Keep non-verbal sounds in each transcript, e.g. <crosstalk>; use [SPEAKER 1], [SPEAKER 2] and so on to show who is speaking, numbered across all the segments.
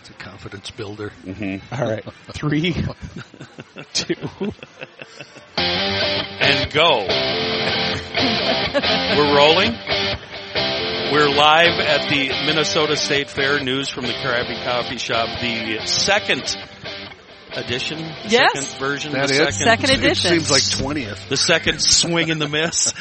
[SPEAKER 1] He's a confidence builder.
[SPEAKER 2] Mm-hmm.
[SPEAKER 3] All
[SPEAKER 1] <laughs>
[SPEAKER 3] right. Three, two.
[SPEAKER 4] <laughs> and go. We're rolling. We're live at the Minnesota State Fair. News from the Krabby Coffee Shop. The second edition. the
[SPEAKER 5] Yes.
[SPEAKER 4] Second version.
[SPEAKER 1] That
[SPEAKER 4] the
[SPEAKER 1] is?
[SPEAKER 4] second.
[SPEAKER 5] Second
[SPEAKER 1] It
[SPEAKER 5] edition.
[SPEAKER 1] seems like 20th.
[SPEAKER 2] <laughs>
[SPEAKER 4] the second swing in the
[SPEAKER 1] <laughs>
[SPEAKER 4] miss.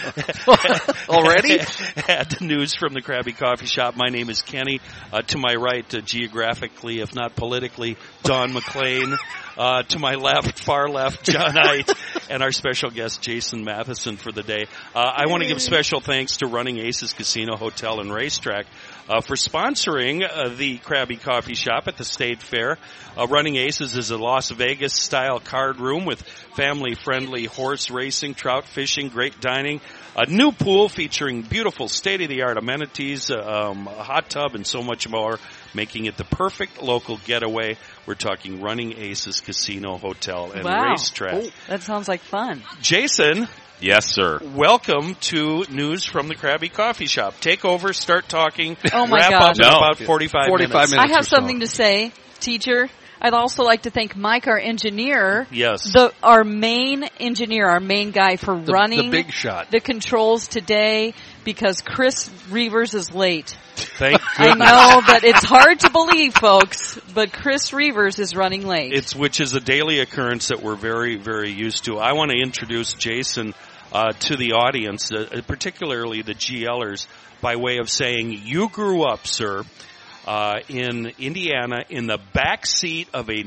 [SPEAKER 3] Already?
[SPEAKER 4] <laughs> At the news from the Krabby Coffee Shop. My name is Kenny. Uh, to my right, uh, geographically, if not politically, Don McLean. Uh, to my left, far left, John Knight, and our special guest, Jason Matheson, for the day. Uh, I want to give special thanks to Running Aces Casino Hotel and Racetrack uh, for sponsoring uh, the Krabby Coffee Shop at the State Fair. Uh, Running Aces is a Las Vegas style card room with family friendly horse racing, trout fishing, great dining, a new pool featuring beautiful state of the art amenities, um, a hot tub, and so much more, making it the perfect local getaway. We're talking Running Aces Casino Hotel and
[SPEAKER 5] Wow. Oh.
[SPEAKER 4] Racetrack.
[SPEAKER 5] That sounds like fun.
[SPEAKER 4] Jason,
[SPEAKER 2] Yes, sir.
[SPEAKER 4] welcome to News from the Krabby Coffee Shop. Take over, start talking,
[SPEAKER 5] Oh my
[SPEAKER 4] wrap up
[SPEAKER 5] God.
[SPEAKER 4] in
[SPEAKER 2] No.
[SPEAKER 4] about 45,
[SPEAKER 1] 45 minutes.
[SPEAKER 5] I have
[SPEAKER 1] or so.
[SPEAKER 5] something to say, teacher. I'd also like to thank Mike, our engineer.
[SPEAKER 4] Yes.
[SPEAKER 5] The, our main engineer, our main guy for
[SPEAKER 1] The,
[SPEAKER 5] running
[SPEAKER 1] the big shot.
[SPEAKER 5] the controls today because Chris Reavers is late.
[SPEAKER 4] Thank
[SPEAKER 5] I know that it's hard to believe, folks, but Chris Reavers is running late.
[SPEAKER 4] It's which is a daily occurrence that we're very, very used to. I want to introduce Jason uh, to the audience, uh, particularly the GLers, by way of saying, "You grew up, sir." Uh, in Indiana, in the back seat of a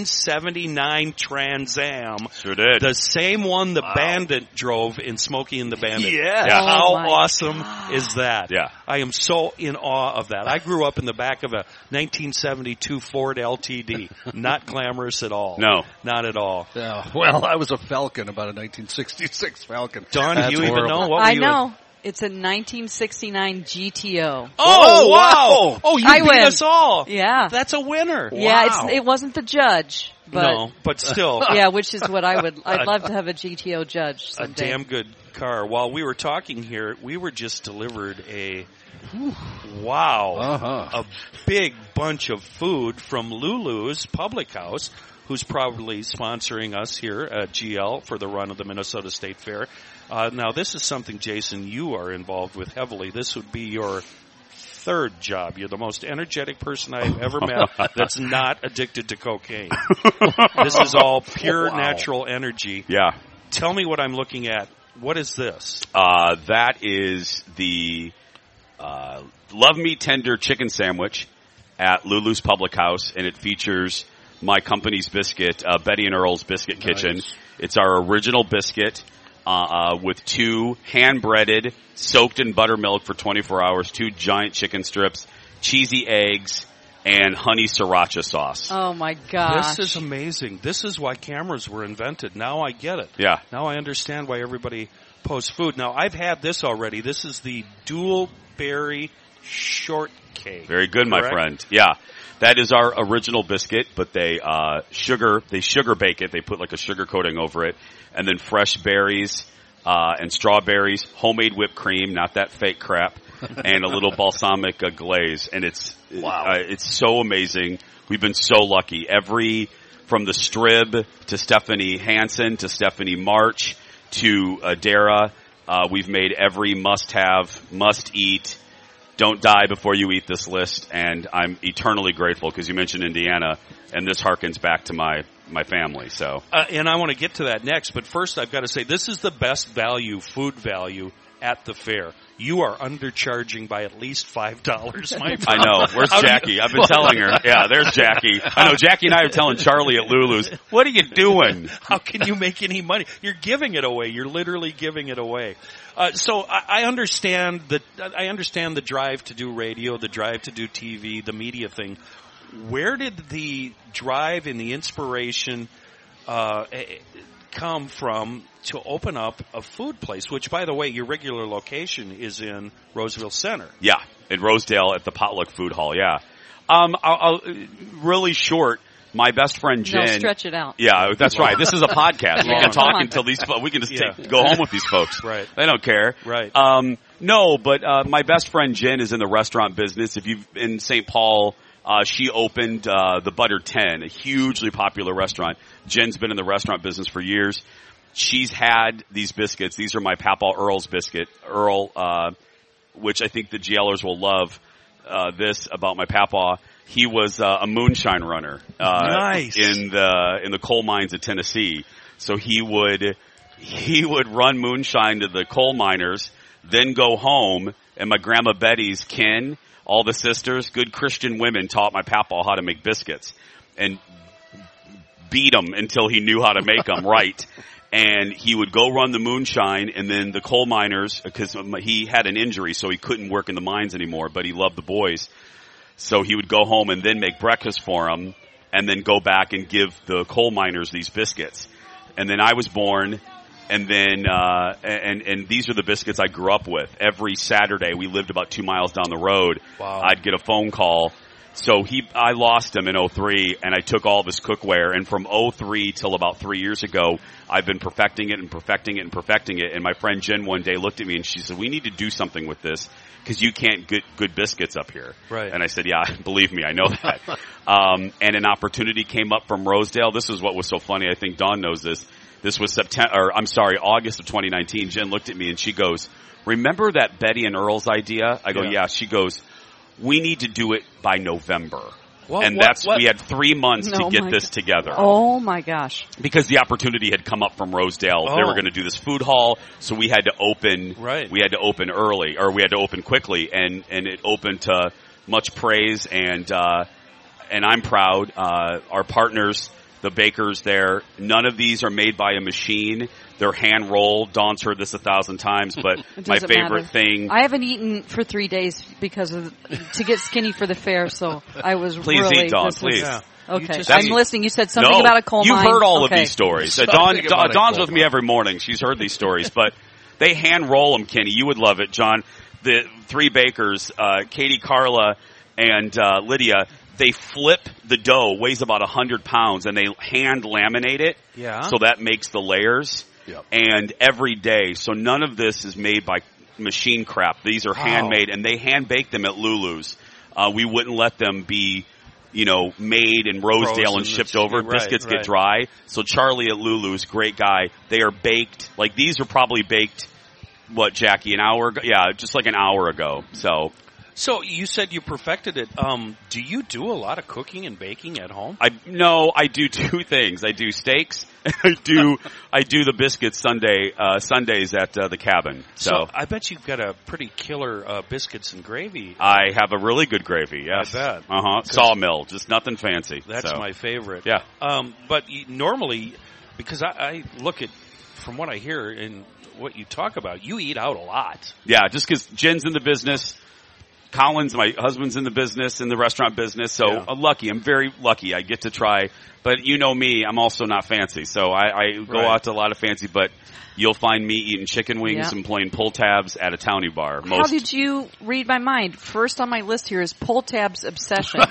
[SPEAKER 4] 1979 Trans Am,
[SPEAKER 2] Sure did.
[SPEAKER 4] the same one the Bandit drove in Smokey and the Bandit.
[SPEAKER 2] Yeah.
[SPEAKER 4] How
[SPEAKER 5] Oh my
[SPEAKER 4] awesome is that?
[SPEAKER 2] Yeah.
[SPEAKER 4] I am so in awe of that. I grew up in the back of a 1972 Ford LTD. Not glamorous at all.
[SPEAKER 2] No.
[SPEAKER 4] Not at all.
[SPEAKER 1] Yeah, Oh, well, I was a Falcon, about a 1966 Falcon.
[SPEAKER 4] Don,
[SPEAKER 1] That's
[SPEAKER 4] do you even
[SPEAKER 1] horrible.
[SPEAKER 4] know? What were
[SPEAKER 5] I
[SPEAKER 4] you-
[SPEAKER 5] know. It's a 1969 GTO.
[SPEAKER 4] Oh, wow. Oh, you
[SPEAKER 5] I
[SPEAKER 4] beat
[SPEAKER 5] win.
[SPEAKER 4] us all.
[SPEAKER 5] Yeah.
[SPEAKER 4] That's a winner.
[SPEAKER 5] Yeah, it's, it wasn't the judge, but
[SPEAKER 4] no, but still.
[SPEAKER 5] <laughs> yeah, which is what I would. I'd love to have a GTO judge
[SPEAKER 4] <laughs> a
[SPEAKER 5] someday.
[SPEAKER 4] damn good car. While we were talking here, we were just delivered a wow,
[SPEAKER 1] Uh-huh.
[SPEAKER 4] a big bunch of food from Lulu's Public House, who's probably sponsoring us here at GL for the run of the Minnesota State Fair. Uh, now, this is something, Jason, you are involved with heavily. This would be your third job. You're the most energetic person I've ever met that's not addicted to cocaine. this is all pure
[SPEAKER 2] Wow.
[SPEAKER 4] natural energy
[SPEAKER 2] Yeah.
[SPEAKER 4] tell me what I'm looking at. What is this?
[SPEAKER 2] Uh, that is the uh, Love Me Tender chicken sandwich at Lulu's Public House, and it features my company's biscuit, uh, Betty and Earl's Biscuit Kitchen. It's our original biscuit uh, uh, with two hand breaded, soaked in buttermilk for 24 hours, two giant chicken strips, cheesy eggs, and honey sriracha sauce.
[SPEAKER 5] Oh my gosh!
[SPEAKER 4] This is amazing. This is why cameras were invented. Now I get it.
[SPEAKER 2] Yeah.
[SPEAKER 4] Now I understand why everybody posts food. Now I've had this already. This is the dual berry shortcake.
[SPEAKER 2] Very good, my
[SPEAKER 4] correct?
[SPEAKER 2] friend. Yeah, that is our original biscuit, but they uh, sugar they sugar bake it. They put like a sugar coating over it, and then fresh berries uh, and strawberries, homemade whipped cream, not that fake crap, and a little balsamic uh, glaze. And it's wow, uh, it's so amazing. We've been so lucky. Every from the Strib to Stephanie Hansen to Stephanie March to uh, Dara, uh, we've made every must-have, must-eat don't die before you eat this list, and I'm eternally grateful because you mentioned Indiana, and this harkens back to my my family. So
[SPEAKER 4] Uh, and I want to get to that next, but first I've got to say this is the best value, food value at the fair. You are undercharging by at least five dollars, my friend.
[SPEAKER 2] I know. Where's Jackie? I've been telling her. Yeah, there's Jackie. I know Jackie and I are telling Charlie at Lulu's. What
[SPEAKER 4] <laughs>
[SPEAKER 2] are you doing?
[SPEAKER 4] How can you make any money? You're giving it away. You're literally giving it away. Uh, so I, I understand the I understand the drive to do radio, the drive to do TV, the media thing. Where did the drive and the inspiration uh, eh, eh, come from to open up a food place? Which, by the way, your regular location is in Roseville Center.
[SPEAKER 2] Yeah, in Rosedale at the Potluck Food Hall. Yeah. Um, I'll, I'll, really short. My best friend
[SPEAKER 5] no,
[SPEAKER 2] Jen.
[SPEAKER 5] stretch it out.
[SPEAKER 2] Yeah, that's right. This is a podcast. We
[SPEAKER 5] Long.
[SPEAKER 2] can
[SPEAKER 5] Come
[SPEAKER 2] talk
[SPEAKER 5] on.
[SPEAKER 2] until these. fo- We can just
[SPEAKER 4] Yeah.
[SPEAKER 2] take, go home with these folks.
[SPEAKER 4] <laughs> Right.
[SPEAKER 2] They don't care.
[SPEAKER 4] Right.
[SPEAKER 2] Um, no, but uh, my best friend Jen is in the restaurant business. If you've in St. Paul, Uh, she opened uh, the Butter Ten, a hugely popular restaurant. Jen's been in the restaurant business for years. She's had these biscuits. These are my Papa Earl's biscuit. Earl, uh, which I think the GLers will love. Uh, this about my Papa. He was uh, a moonshine runner uh,
[SPEAKER 4] Nice.
[SPEAKER 2] in the in the coal mines of Tennessee. So he would he would run moonshine to the coal miners, then go home. And my grandma Betty's kin, all the sisters, good Christian women, taught my papa how to make biscuits and beat him until he knew how to make them right. And he would go run the moonshine, and then the coal miners, because he had an injury, so he couldn't work in the mines anymore. But he loved the boys, so he would go home and then make breakfast for them and then go back and give the coal miners these biscuits. And then I was born and then, uh, and, and these are the biscuits I grew up with. Every Saturday we lived about two miles down the road.
[SPEAKER 4] Wow.
[SPEAKER 2] I'd get a phone call. So he, I lost him in 03 and I took all of his cookware and from 03 till about three years ago, I've been perfecting it and perfecting it and perfecting it. And my friend Jen one day looked at me and she said, we need to do something with this because you can't get good biscuits up here.
[SPEAKER 4] Right.
[SPEAKER 2] And I said, yeah, <laughs> believe me, I know that. um, and an opportunity came up from Rosedale. This is what was so funny. I think Don knows this. This was September, or I'm sorry, August of 2019. Jen looked at me and she goes, remember that Betty and Earl's idea? I go,
[SPEAKER 4] Yeah.
[SPEAKER 2] yeah. She goes, we need to do it by November.
[SPEAKER 4] What-
[SPEAKER 2] and
[SPEAKER 4] what-
[SPEAKER 2] that's,
[SPEAKER 4] what-
[SPEAKER 2] we had three months
[SPEAKER 5] No,
[SPEAKER 2] to get
[SPEAKER 5] my
[SPEAKER 2] this together
[SPEAKER 5] Oh my gosh.
[SPEAKER 2] because the opportunity had come up from Rosedale. They
[SPEAKER 4] Oh.
[SPEAKER 2] were going to do this food hall, so we had to open.
[SPEAKER 4] Right.
[SPEAKER 2] We had to open early, or we had to open quickly, and and it opened to much praise and uh, and I'm proud. Uh, our partners, the bakers there, none of these are made by a machine. They're hand rolled. Don's heard this a thousand times, but
[SPEAKER 5] <laughs> It
[SPEAKER 2] my
[SPEAKER 5] doesn't
[SPEAKER 2] favorite
[SPEAKER 5] matter.
[SPEAKER 2] thing.
[SPEAKER 5] I haven't eaten for three days because of to get skinny for the fair. So I was
[SPEAKER 2] Please
[SPEAKER 5] really.
[SPEAKER 2] eat, Dawn,
[SPEAKER 5] this was-
[SPEAKER 2] please.
[SPEAKER 4] Yeah. You
[SPEAKER 5] Okay,
[SPEAKER 4] just-
[SPEAKER 5] I'm
[SPEAKER 2] That's-
[SPEAKER 5] listening. You said something
[SPEAKER 2] no,
[SPEAKER 5] about a coal
[SPEAKER 2] you've
[SPEAKER 5] mine.
[SPEAKER 2] heard all
[SPEAKER 5] okay.
[SPEAKER 2] of these stories. Uh, Dawn,
[SPEAKER 1] Something about
[SPEAKER 2] Dawn,
[SPEAKER 1] a
[SPEAKER 2] Dawn's
[SPEAKER 1] coal
[SPEAKER 2] with me every morning. She's heard these stories, but they hand roll them, Kenny. You would love it, John. The three bakers, uh, Katie, Carla, and uh, Lydia, they flip the dough, weighs about 100 pounds, and they hand laminate it.
[SPEAKER 4] Yeah.
[SPEAKER 2] So that makes the layers.
[SPEAKER 1] Yep.
[SPEAKER 2] And every day. So none of this is made by machine crap. These are handmade, and they hand bake them at Lulu's. Uh, we wouldn't let them be, you know, made in Rosedale
[SPEAKER 4] Frozen,
[SPEAKER 2] and shipped
[SPEAKER 4] that's-
[SPEAKER 2] over.
[SPEAKER 4] right,
[SPEAKER 2] Biscuits
[SPEAKER 4] right.
[SPEAKER 2] get dry. So Charlie at Lulu's, great guy. They are baked. Like these are probably baked. What Jackie? An hour ago? Yeah, just like an hour ago. So
[SPEAKER 4] So you said you perfected it. Um, do you do a lot of cooking and baking at home?
[SPEAKER 2] I no, I do <laughs> two things. I do steaks. <laughs> and I do I do the biscuits Sunday uh, Sundays at uh, the cabin. So,
[SPEAKER 4] I bet you've got a pretty killer uh, biscuits and gravy.
[SPEAKER 2] I have a really good gravy. Yes.
[SPEAKER 4] bet.
[SPEAKER 2] Uh huh. Sawmill, just nothing fancy.
[SPEAKER 4] That's
[SPEAKER 2] So,
[SPEAKER 4] my favorite.
[SPEAKER 2] Yeah.
[SPEAKER 4] Um, but you, normally, because I, I look at from what I hear and what you talk about, you eat out a lot.
[SPEAKER 2] Yeah, just because Jen's in the business. Colin's my husband's in the business, in the restaurant business, so
[SPEAKER 4] Yeah.
[SPEAKER 2] I'm lucky. I'm very lucky. I get to try, but you know me, I'm also not fancy, so I, I go
[SPEAKER 4] Right.
[SPEAKER 2] out to a lot of fancy. But you'll find me eating chicken wings
[SPEAKER 5] Yeah.
[SPEAKER 2] and playing pull tabs at a townie bar. Most
[SPEAKER 5] How did you read my mind? First on my list here is pull
[SPEAKER 2] <laughs>
[SPEAKER 5] tabs obsession.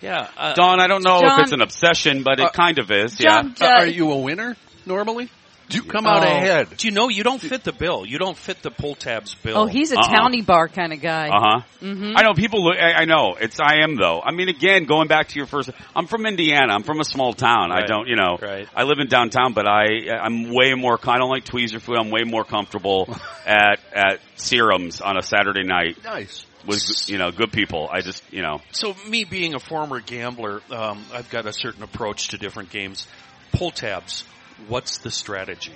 [SPEAKER 4] Yeah. Uh,
[SPEAKER 2] Don, I don't know
[SPEAKER 5] John-
[SPEAKER 2] if it's an obsession, but it
[SPEAKER 1] Uh,
[SPEAKER 2] kind of is.
[SPEAKER 5] John,
[SPEAKER 1] Uh,
[SPEAKER 5] uh,
[SPEAKER 1] are you a winner normally? Do you come out
[SPEAKER 5] Oh.
[SPEAKER 1] ahead?
[SPEAKER 4] do you know you don't fit the bill? You don't fit the pull tabs bill.
[SPEAKER 5] oh, he's a
[SPEAKER 2] Uh-uh.
[SPEAKER 5] townie bar kind of guy. Mm-hmm.
[SPEAKER 2] yeah. Uh huh.
[SPEAKER 4] Mm-hmm.
[SPEAKER 2] I know people look. I, I know it's. I am though. I mean, again, going back to your first. I'm from Indiana. I'm from a small town. I
[SPEAKER 4] Right.
[SPEAKER 2] don't. You know.
[SPEAKER 4] Right.
[SPEAKER 2] I live in downtown, but I. I'm way more. I don't like tweezer food. I'm way more
[SPEAKER 4] <laughs>
[SPEAKER 2] comfortable at at serums on a Saturday night
[SPEAKER 1] Nice.
[SPEAKER 2] with you know good people. I just you know.
[SPEAKER 4] So, me being a former gambler, um, I've got a certain approach to different games. Pull tabs. What's the strategy?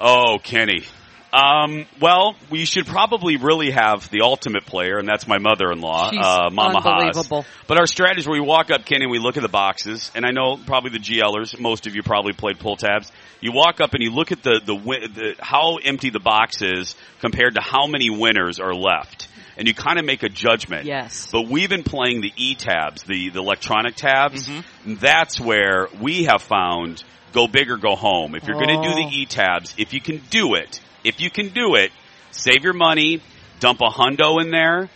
[SPEAKER 2] Oh, Kenny. Um, well, we should probably really have the ultimate player, and that's my mother-in-law,
[SPEAKER 5] She's
[SPEAKER 2] uh, Mama
[SPEAKER 5] unbelievable.
[SPEAKER 2] Haas. But our strategy is we walk up, Kenny, and we look at the boxes, and I know probably the GLers, most of you probably played pull tabs. You walk up and you look at the, the, wi- the how empty the box is compared to how many winners are left. And you kind of make a judgment.
[SPEAKER 5] Yes.
[SPEAKER 2] But we've been playing the e tabs, the, the electronic tabs.
[SPEAKER 5] Mm-hmm.
[SPEAKER 2] That's where we have found go big or go home. If you're going to do the
[SPEAKER 5] Oh.
[SPEAKER 2] e tabs, if you can do it, if you can do it, save your money, dump a hundo in there,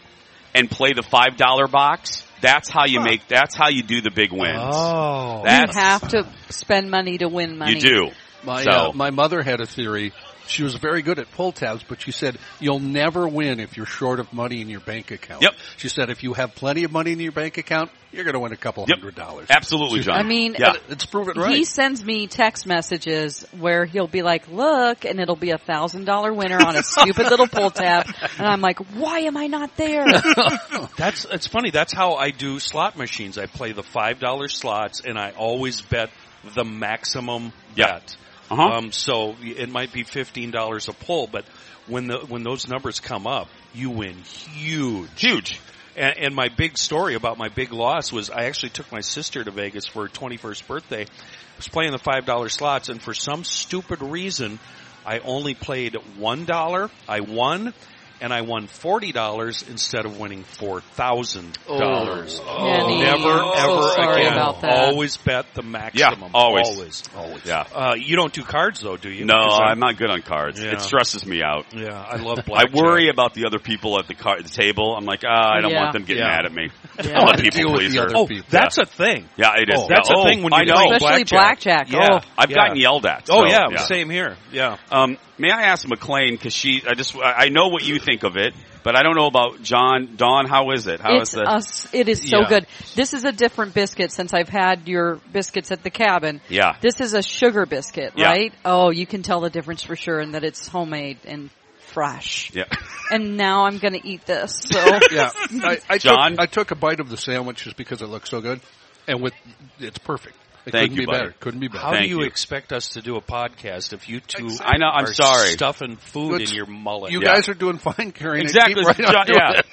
[SPEAKER 2] and play the five dollar box. That's how you make. That's how you do the big wins.
[SPEAKER 4] Oh.
[SPEAKER 2] That's
[SPEAKER 5] you have to spend money to win money.
[SPEAKER 2] you do.
[SPEAKER 1] My
[SPEAKER 2] So-
[SPEAKER 1] uh, my mother had a theory She was very good at pull tabs, but she said, you'll never win if you're short of money in your bank account.
[SPEAKER 2] Yep.
[SPEAKER 1] She said, if you have plenty of money in your bank account, you're going to win a couple
[SPEAKER 2] Yep.
[SPEAKER 1] hundred dollars.
[SPEAKER 2] Absolutely, John.
[SPEAKER 5] I mean,
[SPEAKER 2] yeah.
[SPEAKER 1] It's proven right.
[SPEAKER 5] He sends me text messages where he'll be like, look, and it'll be a thousand dollar winner on a stupid little pull tab. And I'm like, why am I not there?
[SPEAKER 4] <laughs> That's it's funny. That's how I do slot machines. I play the five dollar slots, and I always bet the maximum
[SPEAKER 2] Yeah.
[SPEAKER 4] bet.
[SPEAKER 2] Uh-huh.
[SPEAKER 4] Um, so it might be fifteen dollars a pull, but when the when those numbers come up, you win huge.
[SPEAKER 2] Huge.
[SPEAKER 4] And, and my big story about my big loss was I actually took my sister to Vegas for her 21st birthday. I was playing the $5 slots, and for some stupid reason, I only played $1. I won, and I won $40 instead of winning $4,000.
[SPEAKER 5] Kenny,
[SPEAKER 4] Never,
[SPEAKER 5] Oh. I'm so
[SPEAKER 4] ever
[SPEAKER 5] sorry
[SPEAKER 4] again.
[SPEAKER 5] about that.
[SPEAKER 4] Always bet the maximum.
[SPEAKER 2] Yeah, always.
[SPEAKER 4] Always.
[SPEAKER 2] Yeah.
[SPEAKER 4] Uh, you don't do cards, though, do you?
[SPEAKER 2] No,
[SPEAKER 4] Because
[SPEAKER 2] I'm not good on cards.
[SPEAKER 4] Yeah.
[SPEAKER 2] It stresses me out.
[SPEAKER 4] Yeah, I love
[SPEAKER 2] I
[SPEAKER 4] blackjack.
[SPEAKER 2] worry about the other people at the, car- the table. I'm like, ah, I don't
[SPEAKER 5] Yeah.
[SPEAKER 2] want them getting
[SPEAKER 4] Yeah.
[SPEAKER 2] mad at me.
[SPEAKER 5] Yeah.
[SPEAKER 2] I'm a
[SPEAKER 1] To
[SPEAKER 2] people
[SPEAKER 1] deal with the
[SPEAKER 2] pleaser.
[SPEAKER 1] other
[SPEAKER 4] Oh,
[SPEAKER 1] people.
[SPEAKER 4] that's a thing.
[SPEAKER 2] Yeah, it is.
[SPEAKER 1] Oh,
[SPEAKER 4] That's
[SPEAKER 2] Yeah.
[SPEAKER 4] a thing when
[SPEAKER 2] I
[SPEAKER 4] you
[SPEAKER 2] know.
[SPEAKER 4] play
[SPEAKER 5] Especially blackjack.
[SPEAKER 4] Yeah.
[SPEAKER 5] Oh.
[SPEAKER 2] I've
[SPEAKER 4] Yeah.
[SPEAKER 2] gotten yelled at. so,
[SPEAKER 4] Oh yeah, same here. Yeah.
[SPEAKER 2] Um, may I ask McLean because she? I just I I know what you think of it, but I don't know about John. Don, how is it? How is
[SPEAKER 5] it's
[SPEAKER 2] the?
[SPEAKER 5] us. It is so
[SPEAKER 4] Yeah.
[SPEAKER 5] good. This is a different biscuit since I've had your biscuits at the cabin.
[SPEAKER 2] Yeah.
[SPEAKER 5] This is a sugar biscuit,
[SPEAKER 2] Yeah.
[SPEAKER 5] right? Oh, you can tell the difference for sure and that it's homemade and fresh.
[SPEAKER 1] <laughs>
[SPEAKER 2] yeah. <laughs>
[SPEAKER 5] And now I'm going to eat this. So
[SPEAKER 1] yeah. I, I
[SPEAKER 2] John?
[SPEAKER 1] Took, I took a bite of the sandwich just because it looked so good, and with it's perfect. It couldn't
[SPEAKER 2] Thank you,
[SPEAKER 1] be
[SPEAKER 2] buddy.
[SPEAKER 1] better. Couldn't be better.
[SPEAKER 4] How
[SPEAKER 2] Thank
[SPEAKER 4] do you,
[SPEAKER 2] you.
[SPEAKER 4] expect us to do a podcast if you two?
[SPEAKER 2] I know, I'm
[SPEAKER 4] are
[SPEAKER 2] sorry.
[SPEAKER 4] Stuffing food
[SPEAKER 1] It's-
[SPEAKER 4] in your mullet.
[SPEAKER 1] you
[SPEAKER 2] Yeah.
[SPEAKER 1] guys are doing fine, Karen.
[SPEAKER 2] Exactly.
[SPEAKER 1] Keep right on
[SPEAKER 2] John-
[SPEAKER 1] doing
[SPEAKER 2] yeah.
[SPEAKER 1] it.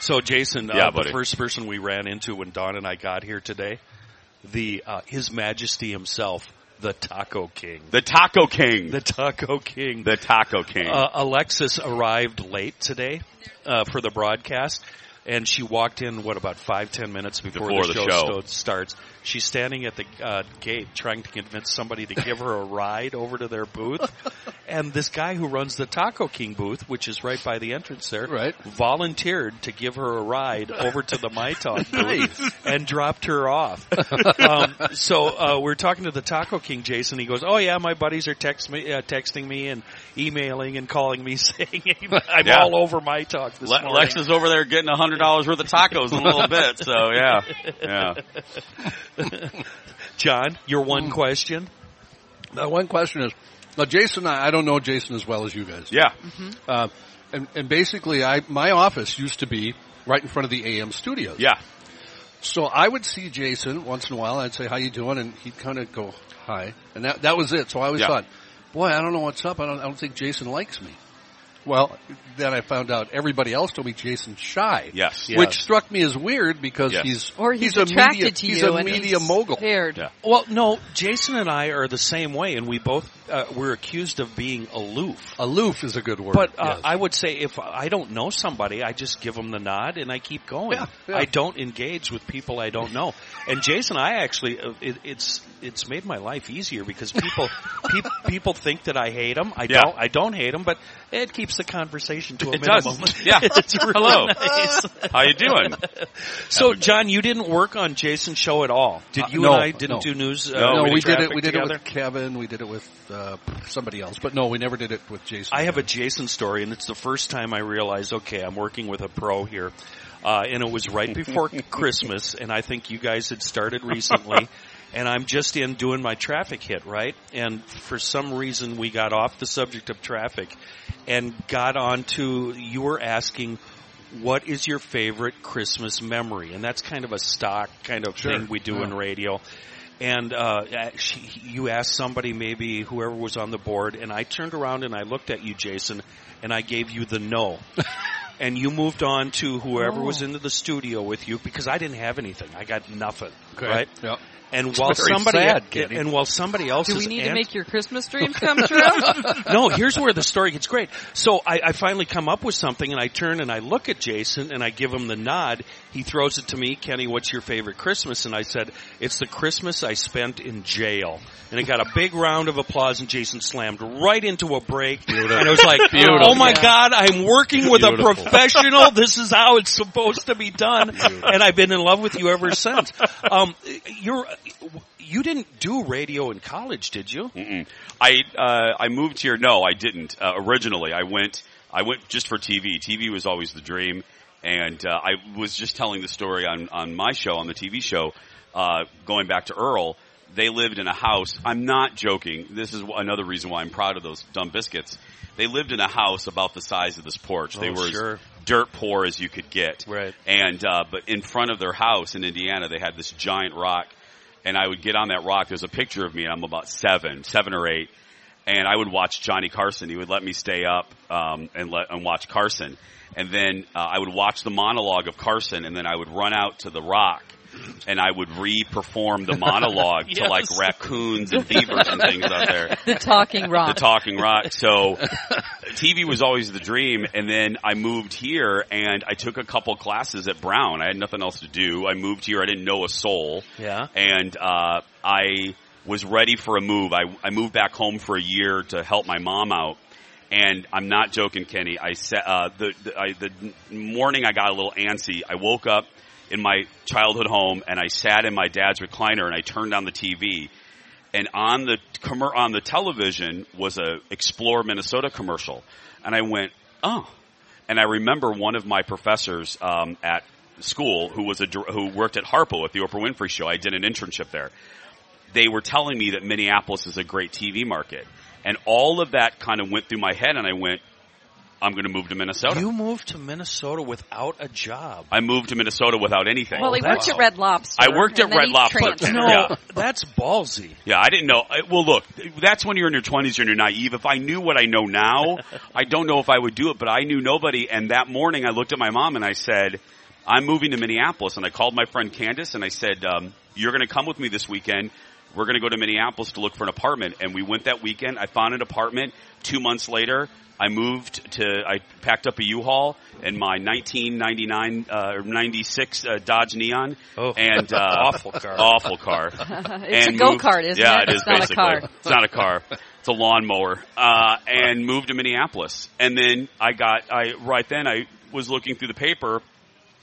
[SPEAKER 4] So Jason,
[SPEAKER 2] Yeah,
[SPEAKER 4] uh, the
[SPEAKER 2] buddy.
[SPEAKER 4] first person we ran into when Don and I got here today, the uh, His Majesty himself, the Taco King,
[SPEAKER 2] The Taco King.
[SPEAKER 4] the
[SPEAKER 2] The,
[SPEAKER 4] Taco King.
[SPEAKER 2] Taco King.
[SPEAKER 4] Uh, Alexis arrived late today uh, for the broadcast, and she walked in what about five ten minutes before,
[SPEAKER 2] Before
[SPEAKER 4] the,
[SPEAKER 2] the
[SPEAKER 4] show,
[SPEAKER 2] show.
[SPEAKER 4] sto- starts. She's standing at the uh, gate trying to convince somebody to give her a ride over to their booth,
[SPEAKER 2] <laughs>
[SPEAKER 4] and this guy who runs the Taco King booth, which is right by the entrance there,
[SPEAKER 1] Right.
[SPEAKER 4] volunteered to give her a ride over to the My
[SPEAKER 2] <laughs>
[SPEAKER 4] Talk booth and dropped her off. um, so uh, we're talking to the Taco King, Jason. He goes, "Oh yeah, my buddies are text me, uh, texting me and emailing and calling me <laughs> saying I'm
[SPEAKER 2] Yeah.
[SPEAKER 4] all over my talk this
[SPEAKER 2] Le-
[SPEAKER 4] morning."
[SPEAKER 2] Lex is over there getting a hundred dollars worth of tacos in a little bit. So yeah, yeah.
[SPEAKER 4] John, your one question.
[SPEAKER 1] Now, one question is, now Jason, I, I don't know Jason as well as you guys. <laughs>
[SPEAKER 2] Yeah.
[SPEAKER 1] Uh, and, and basically, I my office used to be right in front of the AM studios.
[SPEAKER 2] Yeah.
[SPEAKER 1] So I would see Jason once in a while. I'd say, "How you doing?" And he'd kind of go, "Hi," and that that was it. So I always
[SPEAKER 2] Yeah.
[SPEAKER 1] thought, "Boy, I don't know what's up. I don't, I don't think Jason likes me." Well, then I found out everybody else told me Jason's shy.
[SPEAKER 2] Yes.
[SPEAKER 1] which struck me as weird because
[SPEAKER 2] Yes.
[SPEAKER 1] he's
[SPEAKER 5] or he's,
[SPEAKER 1] a
[SPEAKER 5] attracted
[SPEAKER 1] media,
[SPEAKER 5] to you.
[SPEAKER 1] he's a
[SPEAKER 5] and
[SPEAKER 1] media mogul.
[SPEAKER 5] scared.
[SPEAKER 2] Yeah.
[SPEAKER 4] Well, no, Jason and I are the same way, and we both uh, were accused of being aloof.
[SPEAKER 1] Aloof is a good word.
[SPEAKER 4] But uh,
[SPEAKER 1] yes.
[SPEAKER 4] I would say if I don't know somebody, I just give them the nod and I keep going.
[SPEAKER 1] Yeah, yeah.
[SPEAKER 4] I don't engage with people I don't know. And Jason, I actually uh, it, it's it's made my life easier because people peop people think that I hate them. I
[SPEAKER 2] Yeah.
[SPEAKER 4] don't I don't hate them, but it keeps the conversation to a
[SPEAKER 2] It does.
[SPEAKER 4] minimum.
[SPEAKER 2] Yeah.
[SPEAKER 4] <laughs> it's really
[SPEAKER 2] Hello.
[SPEAKER 4] nice.
[SPEAKER 2] How you doing?
[SPEAKER 4] So, John, you didn't work on Jason's show at all, Uh, did you?
[SPEAKER 1] no,
[SPEAKER 4] and I didn't
[SPEAKER 1] no.
[SPEAKER 4] do news. Uh,
[SPEAKER 1] no,
[SPEAKER 4] with
[SPEAKER 1] we did it.
[SPEAKER 4] traffic
[SPEAKER 1] We did
[SPEAKER 4] together?
[SPEAKER 1] it with Kevin. We did it with uh, somebody else. But no, we never did it with Jason.
[SPEAKER 4] I have a Jason story, and it's the first time I realized, okay, I'm working with a pro here. Uh, and it was
[SPEAKER 1] <laughs>
[SPEAKER 4] right before Christmas, and I think you guys had started recently. and I'm just in doing my traffic hit, right? And for some reason, we got off the subject of traffic and got on to you were asking, what is your favorite Christmas memory? And that's kind of a stock kind of
[SPEAKER 1] Sure.
[SPEAKER 4] thing we do in
[SPEAKER 1] Yeah.
[SPEAKER 4] radio. And uh, she, you asked somebody, maybe whoever was on the board, and I turned around and I looked at you, Jason, and I gave you the
[SPEAKER 5] <laughs>
[SPEAKER 4] no. and you moved on to whoever
[SPEAKER 5] Oh.
[SPEAKER 4] was into the studio with you because I didn't have anything. I got nothing.
[SPEAKER 1] Okay.
[SPEAKER 4] Right?
[SPEAKER 1] Yeah.
[SPEAKER 4] And while
[SPEAKER 1] very
[SPEAKER 4] somebody
[SPEAKER 1] sad, Kenny.
[SPEAKER 4] and while somebody else
[SPEAKER 5] Do
[SPEAKER 4] is
[SPEAKER 5] we need to
[SPEAKER 4] ant-
[SPEAKER 5] make your
[SPEAKER 2] <laughs>
[SPEAKER 5] Christmas dreams come true?
[SPEAKER 4] <laughs> no, here's where the story gets great. So I, I finally come up with something and I turn and I look at Jason and I give him the nod. He throws it to me, Kenny, what's your favorite Christmas? And I said, it's the Christmas I spent in jail. And it got a big round of applause and Jason slammed right into a break. And it was like, oh my
[SPEAKER 5] Yeah.
[SPEAKER 4] God, I'm working with a
[SPEAKER 1] Beautiful.
[SPEAKER 4] professional. This is how it's supposed to be done. And I've been in love with you ever since. Um, you're, you didn't do radio in college, did you?
[SPEAKER 2] Mm-mm. I uh, I moved here. No, I didn't. Uh, originally, I went I went just for TV. TV was always the dream, and uh, I was just telling the story on on my show on the TV show. Uh, going back to Earl, they lived in a house. I'm not joking. This is another reason why I'm proud of those dumb biscuits. They lived in a house about the size of this porch. they
[SPEAKER 4] Oh,
[SPEAKER 2] were as
[SPEAKER 4] sure.
[SPEAKER 2] dirt poor as you could get.
[SPEAKER 4] Right.
[SPEAKER 2] And uh, but in front of their house in Indiana, they had this giant rock, and I would get on that rock. There's a picture of me, and I'm about seven, seven or eight, and I would watch Johnny Carson. He would let me stay up um, and let and watch Carson, and then uh, I would watch the monologue of Carson, and then I would run out to the rock. And I would re-perform the monologue to like
[SPEAKER 4] <laughs> Yes.
[SPEAKER 2] raccoons and beavers and things out there
[SPEAKER 5] The talking rock.
[SPEAKER 2] the talking rock. So TV was always the dream. And then I moved here and I took a couple classes at Brown. I had nothing else to do. I moved here. I didn't know a soul.
[SPEAKER 4] Yeah.
[SPEAKER 2] And, uh, I was ready for a move. I, I moved back home for a year to help my mom out. And I'm not joking, Kenny. I said, uh, the, the, I, the morning I got a little antsy, I woke up in my childhood home and I sat in my dad's recliner and I turned on the TV and on the commer- on the television was a Explore Minnesota commercial, and I went, oh, and I remember one of my professors um, at school who was a dir- who worked at Harpo at the Oprah Winfrey Show. I did an internship there. They were telling me that Minneapolis is a great TV market, and all of that kind of went through my head, and I went, I'm going to move to Minnesota.
[SPEAKER 4] You moved to Minnesota without a job.
[SPEAKER 2] I moved to Minnesota without anything.
[SPEAKER 5] well, he
[SPEAKER 4] that's-
[SPEAKER 5] worked at Red Lobster.
[SPEAKER 2] I worked at
[SPEAKER 5] and then
[SPEAKER 2] Red
[SPEAKER 5] he
[SPEAKER 2] Lobster.
[SPEAKER 5] transferred.
[SPEAKER 2] No. Yeah.
[SPEAKER 4] that's ballsy.
[SPEAKER 2] Yeah, I didn't know. I- Well, look, that's when you're in your 20s and you're naive. If I knew what I know now, I don't know if I would do it, but I knew nobody. And that morning I looked at my mom and I said, I'm moving to Minneapolis. And I called my friend Candace and I said, um, you're going to come with me this weekend. We're going to go to Minneapolis to look for an apartment. And we went that weekend. I found an apartment. Two months later, I moved to, I packed up a U-Haul and my 1999, uh, or 96 uh, Dodge Neon.
[SPEAKER 4] Oh.
[SPEAKER 2] and, uh,
[SPEAKER 4] <laughs> Awful car.
[SPEAKER 2] Awful
[SPEAKER 4] <laughs>
[SPEAKER 2] car
[SPEAKER 5] <laughs> It's a
[SPEAKER 2] and
[SPEAKER 5] go
[SPEAKER 2] moved-
[SPEAKER 5] kart, isn't
[SPEAKER 2] yeah,
[SPEAKER 5] it?
[SPEAKER 2] it is
[SPEAKER 5] It's not
[SPEAKER 2] basically.
[SPEAKER 5] a car.
[SPEAKER 2] It's not a car. It's a lawnmower. Uh, and moved to Minneapolis. And then I got, I, right then I was looking through the paper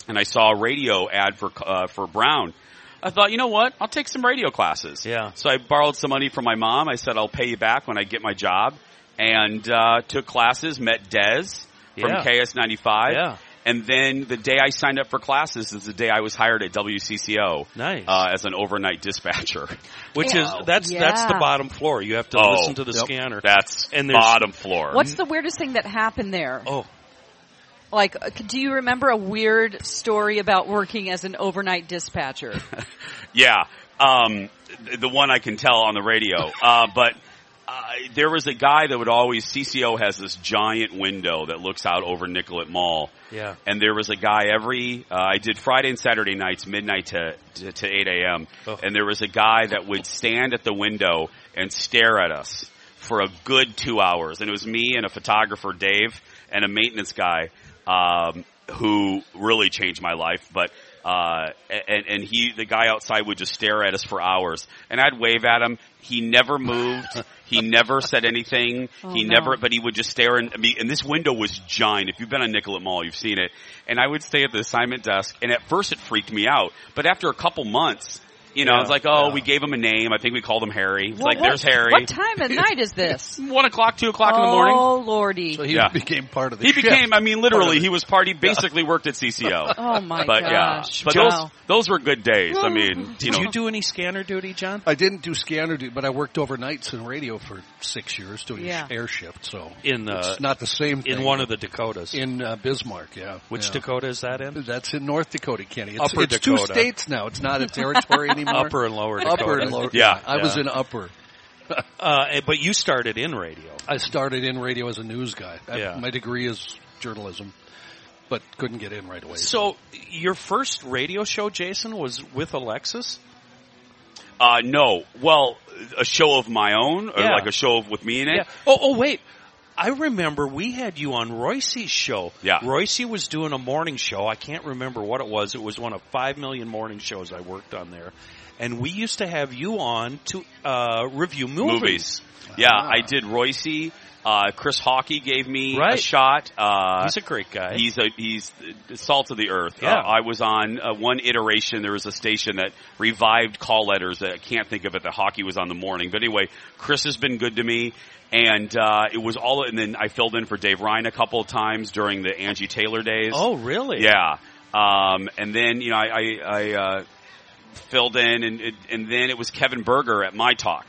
[SPEAKER 2] and I saw a radio ad for, uh, for Brown. I thought, you know what? I'll take some radio classes.
[SPEAKER 4] Yeah.
[SPEAKER 2] So I borrowed some money from my mom. I said, I'll pay you back when I get my job and, uh, took classes, met Dez from
[SPEAKER 4] Yeah.
[SPEAKER 2] KS95.
[SPEAKER 4] Yeah.
[SPEAKER 2] And then the day I signed up for classes is the day I was hired at WCCO.
[SPEAKER 4] Nice.
[SPEAKER 2] Uh, as an overnight dispatcher.
[SPEAKER 4] Which is
[SPEAKER 5] Yeah.
[SPEAKER 4] that's that's the
[SPEAKER 5] Yeah.
[SPEAKER 4] bottom floor. You have <laughs> to
[SPEAKER 2] Oh,
[SPEAKER 4] listen to the
[SPEAKER 1] yep.
[SPEAKER 4] scanner.
[SPEAKER 2] That's
[SPEAKER 4] And there's-
[SPEAKER 2] bottom floor.
[SPEAKER 5] What's the weirdest thing that happened there?
[SPEAKER 4] oh,
[SPEAKER 5] Like, uh, do you remember a weird story about working as an overnight dispatcher?
[SPEAKER 2] Mm-hmm. yeah, um, th- the one I can tell on the radio. Uh, but uh, there was a guy that would always CCO has this giant window that looks out over Nicollet Mall.
[SPEAKER 4] Yeah.
[SPEAKER 2] and there was a guy every uh, I did Friday and Saturday nights midnight to to, to eight a.m.
[SPEAKER 4] Oh.
[SPEAKER 2] and there was a guy that would stand at the window and stare at us for a good two hours, and it was me and a photographer Dave and a maintenance guy um, who really changed my life, but. Uh, and, and he, the guy outside would just stare at us for hours and I'd wave at him. He never
[SPEAKER 4] <laughs>
[SPEAKER 2] moved. he never said anything.
[SPEAKER 5] Oh,
[SPEAKER 2] he
[SPEAKER 5] no.
[SPEAKER 2] never, but he would just stare and I mean, and this window was giant. If you've been on Nicollet Mall, you've seen it. And I would stay at the assignment desk, and at first it freaked me out, but after a couple months, you know, I was
[SPEAKER 4] Yeah,
[SPEAKER 2] like, oh,
[SPEAKER 4] yeah.
[SPEAKER 2] we gave him a name. I think we called him Harry. <laughs> It's
[SPEAKER 5] Well,
[SPEAKER 2] like,
[SPEAKER 5] what-
[SPEAKER 2] there's Harry.
[SPEAKER 5] What time of night
[SPEAKER 2] <laughs>
[SPEAKER 5] is this?
[SPEAKER 2] One o'clock, two o'clock in the morning.
[SPEAKER 5] Oh lordy!
[SPEAKER 1] So he
[SPEAKER 2] Yeah.
[SPEAKER 1] became part of the
[SPEAKER 2] He
[SPEAKER 1] shift.
[SPEAKER 2] became, I mean, literally,
[SPEAKER 1] Part of
[SPEAKER 2] he was party, basically worked at CCO.
[SPEAKER 5] Oh my
[SPEAKER 2] but yeah,
[SPEAKER 5] gosh!
[SPEAKER 2] but
[SPEAKER 5] Wow.
[SPEAKER 2] those, those were good days. I mean, you
[SPEAKER 4] did
[SPEAKER 2] know,
[SPEAKER 4] you do any scanner duty, John?
[SPEAKER 1] I didn't do scanner duty, but I worked overnights in radio for six years doing
[SPEAKER 5] Yeah.
[SPEAKER 1] air shift. So
[SPEAKER 4] In uh,
[SPEAKER 1] it's not the same thing.
[SPEAKER 4] in one of the Dakotas.
[SPEAKER 1] in uh, Bismarck, yeah.
[SPEAKER 4] Which
[SPEAKER 1] yeah.
[SPEAKER 4] Dakota is that in?
[SPEAKER 1] That's in North Dakota, Kenny. It's,
[SPEAKER 4] Upper
[SPEAKER 1] it's two
[SPEAKER 4] Dakota.
[SPEAKER 1] states now. It's not a
[SPEAKER 4] <laughs>
[SPEAKER 1] territory anymore.
[SPEAKER 4] Upper and lower Dakota.
[SPEAKER 1] upper and lower.
[SPEAKER 2] Yeah,
[SPEAKER 1] I was
[SPEAKER 4] yeah.
[SPEAKER 1] in upper.
[SPEAKER 4] Uh, eh, but you started in radio.
[SPEAKER 1] I started in radio as a news guy. I-
[SPEAKER 4] Yeah.
[SPEAKER 1] my degree is journalism, but couldn't get in right away.
[SPEAKER 4] So your first radio show, Jason, was with Alexis.
[SPEAKER 2] uh, no, well, a show of my own, or
[SPEAKER 4] Yeah.
[SPEAKER 2] like a show of, with me in it.
[SPEAKER 4] Oh, oh, wait. I remember we had you on Royce's show.
[SPEAKER 2] Yeah.
[SPEAKER 4] Royce was doing a morning show. I can't remember what it was. It was one of five million morning shows I worked on there. And we used to have you on to uh, review movies.
[SPEAKER 2] movies. Yeah,
[SPEAKER 4] Ah.
[SPEAKER 2] I did Royce. Uh, Chris Hockey gave me a
[SPEAKER 4] Right.
[SPEAKER 2] shot. Uh,
[SPEAKER 4] He's a great guy.
[SPEAKER 2] He's a he's the salt of the earth.
[SPEAKER 4] Yeah.
[SPEAKER 2] Uh, I was on uh, one iteration. There was a station that revived call letters that I can't think of it. The hockey was on the morning, but anyway, Chris has been good to me, and uh, it was all. And then I filled in for Dave Ryan a couple of times during the Angie Taylor days.
[SPEAKER 4] oh, really?
[SPEAKER 2] Yeah. Um, and then, you know, I, I, I uh, filled in and, and then it was Kevin Berger at my talk.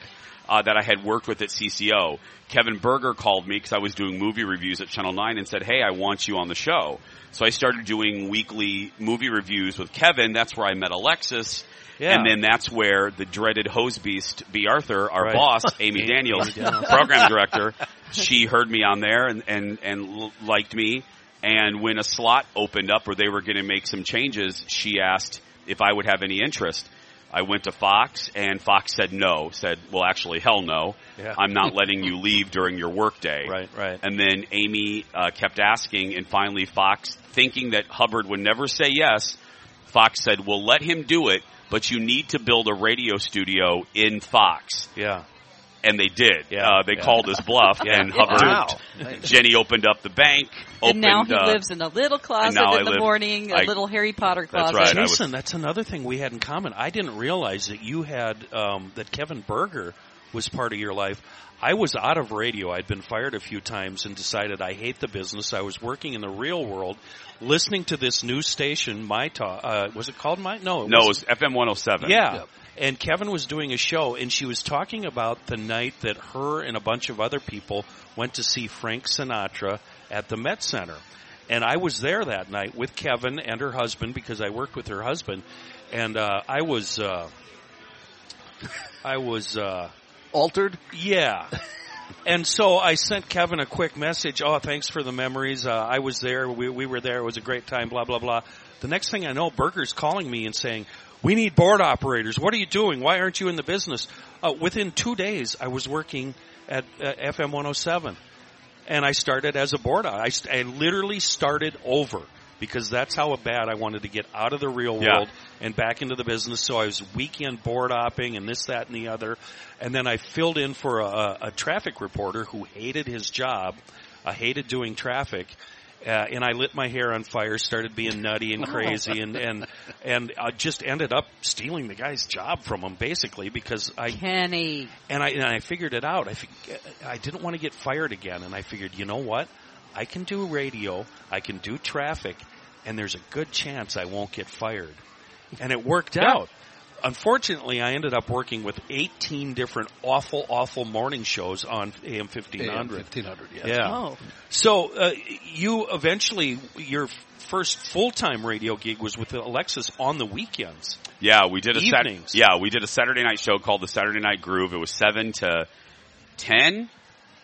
[SPEAKER 2] Uh, that I had worked with at CCO. Kevin Berger called me because I was doing movie reviews at Channel 9 and said, hey, I want you on the show. So I started doing weekly movie reviews with Kevin. That's where I met Alexis.
[SPEAKER 4] Yeah.
[SPEAKER 2] And then that's where the dreaded hose beast, B. Arthur, our
[SPEAKER 4] Right. <laughs>
[SPEAKER 2] boss, Amy Daniels, <laughs> program director, she heard me on there and, and, and l- liked me. And when a slot opened up where they were going to make some changes, she asked if I would have any interest. I went to Fox and Fox said no, said, well, actually, hell no.
[SPEAKER 4] Yeah.
[SPEAKER 2] I'm not letting you leave during your workday.
[SPEAKER 4] <laughs> Right, right.
[SPEAKER 2] And then Amy uh, kept asking, and finally Fox, thinking that Hubbard would never say yes, Fox said, "Well, let him do it, but you need to build a radio studio in Fox."
[SPEAKER 4] Yeah.
[SPEAKER 2] And they did.
[SPEAKER 4] Yeah,
[SPEAKER 2] uh, they
[SPEAKER 4] <laughs> yeah.
[SPEAKER 2] called his bluff, and Hubbard,
[SPEAKER 1] Wow.
[SPEAKER 2] Jenny opened up the bank.
[SPEAKER 5] and
[SPEAKER 2] Opened,
[SPEAKER 5] now he
[SPEAKER 2] uh,
[SPEAKER 5] lives in a little closet
[SPEAKER 2] now I
[SPEAKER 5] in the
[SPEAKER 2] live-
[SPEAKER 5] morning, a
[SPEAKER 2] I-
[SPEAKER 5] little Harry Potter
[SPEAKER 2] That's
[SPEAKER 5] closet.
[SPEAKER 2] right. I was-
[SPEAKER 4] Jason, that's another thing we had in common. I didn't realize that you had um, that Kevin Berger was part of your life. I was out of radio. I'd been fired a few times and decided I hate the business. I was working in the real world, listening to this new station, My Talk. Uh, was it called My? No, it
[SPEAKER 2] No, it
[SPEAKER 4] was
[SPEAKER 2] was FM 107.
[SPEAKER 4] yeah. And Kevin was doing a show, and she was talking about the night that her and a bunch of other people went to see Frank Sinatra at the Met Center. And I was there that night with Kevin and her husband because I worked with her husband, and uh, I was, uh, <laughs> I was. Uh,
[SPEAKER 1] Altered.
[SPEAKER 4] yeah. And so I sent Kevin a quick message. Oh, thanks for the memories. Uh, I was there. We, we were there. It was a great time. Blah blah blah. The next thing I know, Berger's calling me and saying, "We need board operators. What are you doing? Why aren't you in the business?" Uh, within two days, I was working at uh, FM 107, and I started as a board. op- I, st- I literally started over because that's how bad I wanted to get out of the real
[SPEAKER 2] Yeah.
[SPEAKER 4] world and back into the business. So I was weekend board hopping and this, that, and the other. And then I filled in for a, a, a traffic reporter who hated his job, uh, hated doing traffic. Uh, and I lit my hair on fire, started being nutty and crazy, and and and I just ended up stealing the guy's job from him basically because I
[SPEAKER 5] Kenny.
[SPEAKER 4] and I and I figured it out. I fig- I didn't want to get fired again, and I figured, you know what? I can do radio, I can do traffic, and there's a good chance I won't get fired. And it worked out. Unfortunately, I ended up working with 18 different awful, awful morning shows on AM 1500.
[SPEAKER 1] 1500, yes.
[SPEAKER 4] Yeah.
[SPEAKER 5] Oh.
[SPEAKER 4] So uh, you eventually your f- first full time radio gig was with Alexis on the weekends.
[SPEAKER 2] Yeah, we did a Sat-
[SPEAKER 4] Evenings.
[SPEAKER 2] yeah, we did a Saturday night show called the Saturday Night Groove. It was seven to ten.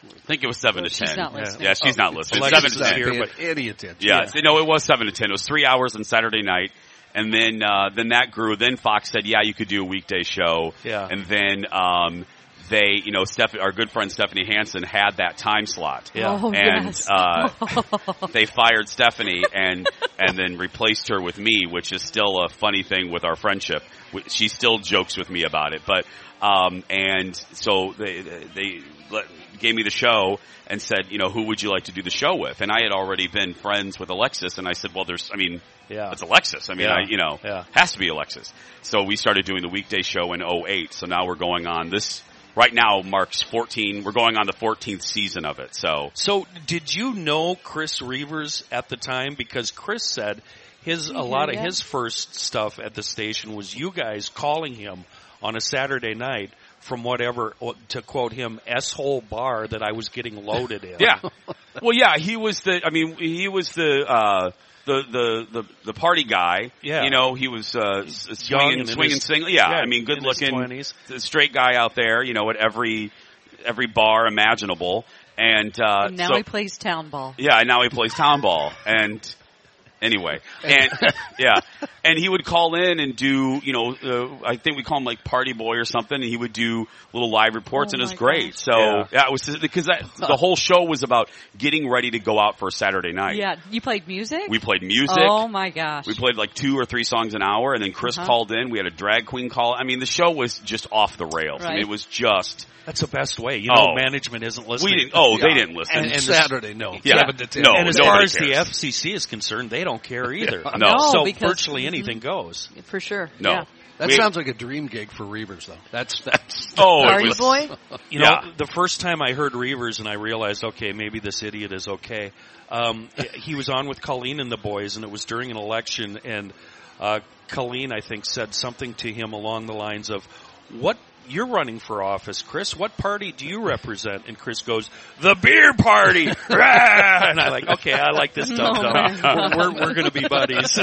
[SPEAKER 2] I think it was seven
[SPEAKER 5] Well,
[SPEAKER 2] to
[SPEAKER 5] she's
[SPEAKER 2] ten.
[SPEAKER 5] not listening.
[SPEAKER 2] Yeah,
[SPEAKER 4] Oh.
[SPEAKER 2] she's not listening.
[SPEAKER 4] Alexis
[SPEAKER 2] seven to
[SPEAKER 4] is
[SPEAKER 2] ten.
[SPEAKER 4] here,
[SPEAKER 1] Paying
[SPEAKER 4] but-
[SPEAKER 1] any attention.
[SPEAKER 2] Yeah, so, no, it was seven to ten. It was three hours on Saturday night, and then uh, then that grew. Then Fox said, "Yeah, you could do a weekday show."
[SPEAKER 4] Yeah.
[SPEAKER 2] and then um, they, you know, Steph, our good friend Stephanie Hansen had that time slot.
[SPEAKER 4] Yeah.
[SPEAKER 5] Oh,
[SPEAKER 2] and
[SPEAKER 5] yes. <laughs>
[SPEAKER 2] uh, they fired Stephanie and and then replaced her with me, which is still a funny thing with our friendship. We- She still jokes with me about it, but um, and so they they let, gave me the show and said, you know, who would you like to do the show with? And I had already been friends with Alexis, and I said, well, there's, I mean,
[SPEAKER 4] Yeah.
[SPEAKER 2] it's Alexis. I mean,
[SPEAKER 4] Yeah.
[SPEAKER 2] I, you know,
[SPEAKER 4] Yeah.
[SPEAKER 2] has to be Alexis. So we started doing the weekday show in 08. So now we're going on this. Right now marks 14. We're going on the 14th season of it. So
[SPEAKER 4] So, did you know Chris Reavers at the time? Because Chris said his a lot of
[SPEAKER 5] Mm-hmm, yeah.
[SPEAKER 4] his first stuff at the station was you guys calling him on a Saturday night from whatever to quote him s hole bar that I was getting loaded in.
[SPEAKER 2] <laughs> Yeah. Well, yeah, he was the. I mean, he was the uh, the, the the the party guy.
[SPEAKER 4] Yeah.
[SPEAKER 2] You know, he was uh, s-
[SPEAKER 4] young
[SPEAKER 2] swinging,
[SPEAKER 4] and in
[SPEAKER 2] swinging,
[SPEAKER 4] his-
[SPEAKER 2] single. Yeah.
[SPEAKER 4] yeah,
[SPEAKER 2] I mean, good
[SPEAKER 4] in his
[SPEAKER 2] looking,
[SPEAKER 4] 20s.
[SPEAKER 2] the straight guy out there. You know, at every every bar imaginable, and uh,
[SPEAKER 5] And now
[SPEAKER 2] so,
[SPEAKER 5] he plays town ball.
[SPEAKER 2] yeah, and now he plays town ball, and Anyway, and yeah, and he would call in and do, you know, uh, I think we call him like Party Boy or something, and he would do little live reports,
[SPEAKER 5] Oh
[SPEAKER 2] and it was
[SPEAKER 5] my
[SPEAKER 2] great.
[SPEAKER 5] gosh.
[SPEAKER 2] So
[SPEAKER 4] Yeah.
[SPEAKER 2] yeah. it was because that, the whole show was about getting ready to go out for a Saturday night.
[SPEAKER 5] Yeah, you played music.
[SPEAKER 2] We played music.
[SPEAKER 5] Oh my gosh!
[SPEAKER 2] We played like two or three songs an hour, and then Chris
[SPEAKER 5] Uh-huh.
[SPEAKER 2] called in. We had a drag queen call. I mean, the show was just off the rails. I mean,
[SPEAKER 5] Right.
[SPEAKER 2] it was just
[SPEAKER 4] That's the best way. You know,
[SPEAKER 2] Oh.
[SPEAKER 4] management isn't listening.
[SPEAKER 2] we didn't. Oh, they
[SPEAKER 1] Yeah.
[SPEAKER 2] didn't listen.
[SPEAKER 1] And,
[SPEAKER 4] and this-
[SPEAKER 1] Saturday, no.
[SPEAKER 2] Yeah.
[SPEAKER 1] Seven to ten.
[SPEAKER 2] No,
[SPEAKER 4] and as
[SPEAKER 2] nobody
[SPEAKER 4] far as the
[SPEAKER 2] cares.
[SPEAKER 4] FCC is concerned, they
[SPEAKER 2] <laughs>
[SPEAKER 4] don't care either.
[SPEAKER 2] No. No,
[SPEAKER 4] so
[SPEAKER 5] because- mm-hmm.
[SPEAKER 4] virtually anything goes.
[SPEAKER 5] for sure.
[SPEAKER 2] no,
[SPEAKER 5] Yeah.
[SPEAKER 1] That
[SPEAKER 2] We-
[SPEAKER 1] sounds like a dream gig for Reavers, though. That's that's.
[SPEAKER 2] Oh, it
[SPEAKER 6] Party
[SPEAKER 2] was,
[SPEAKER 6] boy?
[SPEAKER 2] Yeah.
[SPEAKER 4] You know, the first time I heard Reavers and I realized, okay, maybe this idiot is okay. Um, <laughs> he was on with Colleen and the boys, and it was during an election, and uh, Colleen, I think, said something to him along the lines of, "What you're running for office, Chris? What party do you represent?" And Chris goes, "The beer
[SPEAKER 2] <laughs>
[SPEAKER 4] party." <laughs> Rah! and I like, okay, I like this stuff.
[SPEAKER 5] Oh,
[SPEAKER 4] though.
[SPEAKER 5] my God.
[SPEAKER 4] we're we're going to be buddies.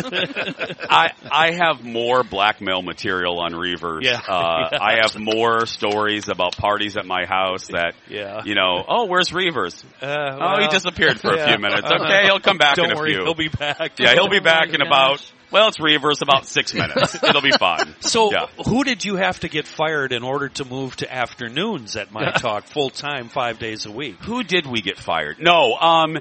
[SPEAKER 2] I I have more blackmail material on Reavers.
[SPEAKER 4] Yeah.
[SPEAKER 2] Uh, I have more stories about parties at my house that
[SPEAKER 4] yeah.
[SPEAKER 2] you know. Oh, where's Reavers?
[SPEAKER 4] Uh,
[SPEAKER 2] oh, he
[SPEAKER 4] well,
[SPEAKER 2] disappeared for a
[SPEAKER 4] yeah.
[SPEAKER 2] few minutes. Okay, he'll come back
[SPEAKER 4] Don't
[SPEAKER 2] in a
[SPEAKER 4] worry,
[SPEAKER 2] few.
[SPEAKER 4] he'll be back.
[SPEAKER 2] yeah, he'll be
[SPEAKER 5] Oh
[SPEAKER 2] back
[SPEAKER 5] my
[SPEAKER 2] in
[SPEAKER 5] gosh.
[SPEAKER 2] about. Well, it's Reavers. About six minutes. It'll be fine.
[SPEAKER 4] So,
[SPEAKER 2] Yeah.
[SPEAKER 4] who did you have to get fired in order to move to afternoons
[SPEAKER 2] <laughs>
[SPEAKER 4] at my talk full time, five days a week?
[SPEAKER 2] Who did we get fired? No, um,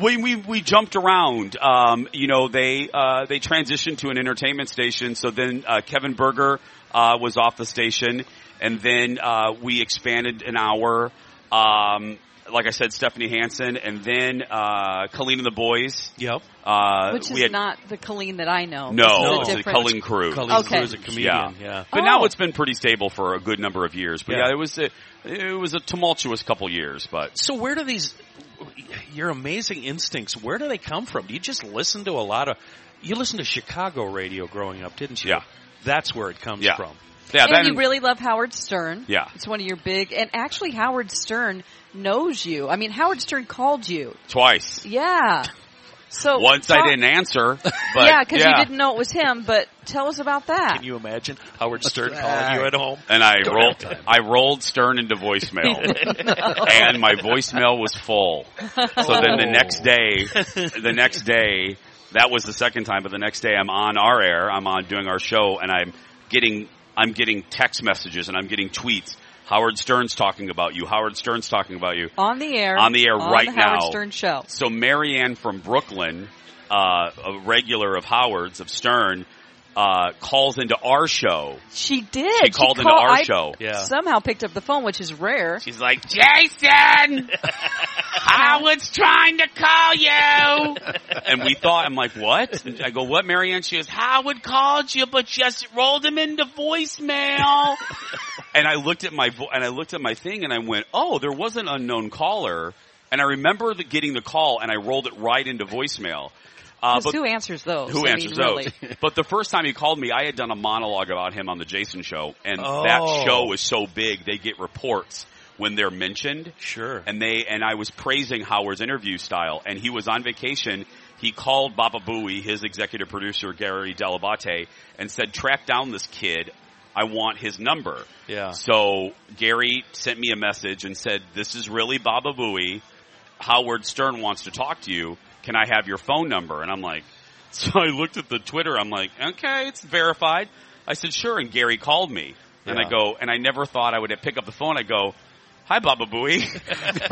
[SPEAKER 2] we, we, we jumped around. Um, you know, they, uh, they transitioned to an entertainment station. So then, uh, Kevin Berger, uh, was off the station and then, uh, we expanded an hour. Um, like I said, Stephanie Hansen and then, uh, Colleen and the boys.
[SPEAKER 4] Yep.
[SPEAKER 2] Uh,
[SPEAKER 5] Which
[SPEAKER 2] we
[SPEAKER 5] is
[SPEAKER 2] had,
[SPEAKER 5] not the Colleen that I know.
[SPEAKER 2] no, it's
[SPEAKER 5] This is a
[SPEAKER 2] the
[SPEAKER 5] different-
[SPEAKER 2] Colleen crew.
[SPEAKER 4] Colleen
[SPEAKER 5] Okay.
[SPEAKER 4] Crew is a comedian. Yeah.
[SPEAKER 2] But now
[SPEAKER 5] Oh.
[SPEAKER 2] it's been pretty stable for a good number of years. But
[SPEAKER 4] Yeah.
[SPEAKER 2] yeah, it was a, it was a tumultuous couple years, but
[SPEAKER 4] So, where do these your amazing instincts? Where do they come from? Do you just listen to a lot of? You listened to Chicago radio growing up, didn't you?
[SPEAKER 2] Yeah.
[SPEAKER 4] That's where it comes
[SPEAKER 2] Yeah.
[SPEAKER 4] from.
[SPEAKER 2] yeah,
[SPEAKER 5] and
[SPEAKER 2] that
[SPEAKER 5] you really love Howard Stern.
[SPEAKER 2] Yeah.
[SPEAKER 5] It's one of your big, and actually Howard Stern knows you. I mean, Howard Stern called you.
[SPEAKER 2] twice.
[SPEAKER 5] Yeah. So
[SPEAKER 2] Once
[SPEAKER 5] talk-
[SPEAKER 2] I didn't
[SPEAKER 5] <laughs>
[SPEAKER 2] answer, but
[SPEAKER 5] yeah, because you didn't know it was him. But tell us about that.
[SPEAKER 4] Can you imagine Howard Stern calling you at home?
[SPEAKER 2] And
[SPEAKER 5] <laughs>
[SPEAKER 2] I
[SPEAKER 4] Don't
[SPEAKER 2] rolled,
[SPEAKER 4] have time.
[SPEAKER 2] I rolled Stern into voicemail, and my voicemail was full. So then
[SPEAKER 4] Oh.
[SPEAKER 2] the
[SPEAKER 5] Oh.
[SPEAKER 2] next day, the next day, that was the second time, but the next day I'm on our air, I'm on doing our show, and I'm getting, I'm getting text messages and I'm getting tweets. Howard Stern's talking about you. Howard Stern's talking about you.
[SPEAKER 5] on the air.
[SPEAKER 2] On the air right
[SPEAKER 5] the Howard
[SPEAKER 2] now.
[SPEAKER 5] Stern show.
[SPEAKER 2] So Marianne from Brooklyn, uh, a regular of Howard's of Stern, uh, calls into our show.
[SPEAKER 5] She did.
[SPEAKER 2] She called into
[SPEAKER 5] call-
[SPEAKER 2] our
[SPEAKER 5] I
[SPEAKER 2] show.
[SPEAKER 4] Yeah.
[SPEAKER 5] Somehow picked up the phone, which is rare.
[SPEAKER 2] She's like, Jason, <laughs> I was trying to call you. and we thought, I'm like, what? And I go, what, Marianne? She goes, Howard called you, but just rolled him into voicemail. and I looked at my vo- and I looked at my thing, and I went, oh, there was an unknown caller. And I remember the, getting the call, and I rolled it right into voicemail. Uh,
[SPEAKER 5] 'Cause
[SPEAKER 2] but
[SPEAKER 5] who answers those?
[SPEAKER 2] who
[SPEAKER 5] I
[SPEAKER 2] answers
[SPEAKER 5] mean,
[SPEAKER 2] those? <laughs>
[SPEAKER 5] Really.
[SPEAKER 2] But the first time he called me, I had done a monologue about him on the Jason show, and that
[SPEAKER 4] Oh.
[SPEAKER 2] show is so big they get reports when they're mentioned.
[SPEAKER 4] Sure.
[SPEAKER 2] And they and I was praising Howard's interview style, and he was on vacation. He called Baba Booey, his executive producer Gary Delabate, and said, "Track down this kid. I want his number." <laughs>
[SPEAKER 4] yeah.
[SPEAKER 2] So Gary sent me a message and said, "This is really Baba Booey. Howard Stern wants to talk to you. Can I have your phone number?" And I'm like, <laughs> so I looked at the Twitter. I'm like, okay, it's verified. I said, sure. And Gary called me, and
[SPEAKER 4] Yeah.
[SPEAKER 2] I go, and I never thought I would pick up the phone. I go. Hi, Baba Booey. <laughs>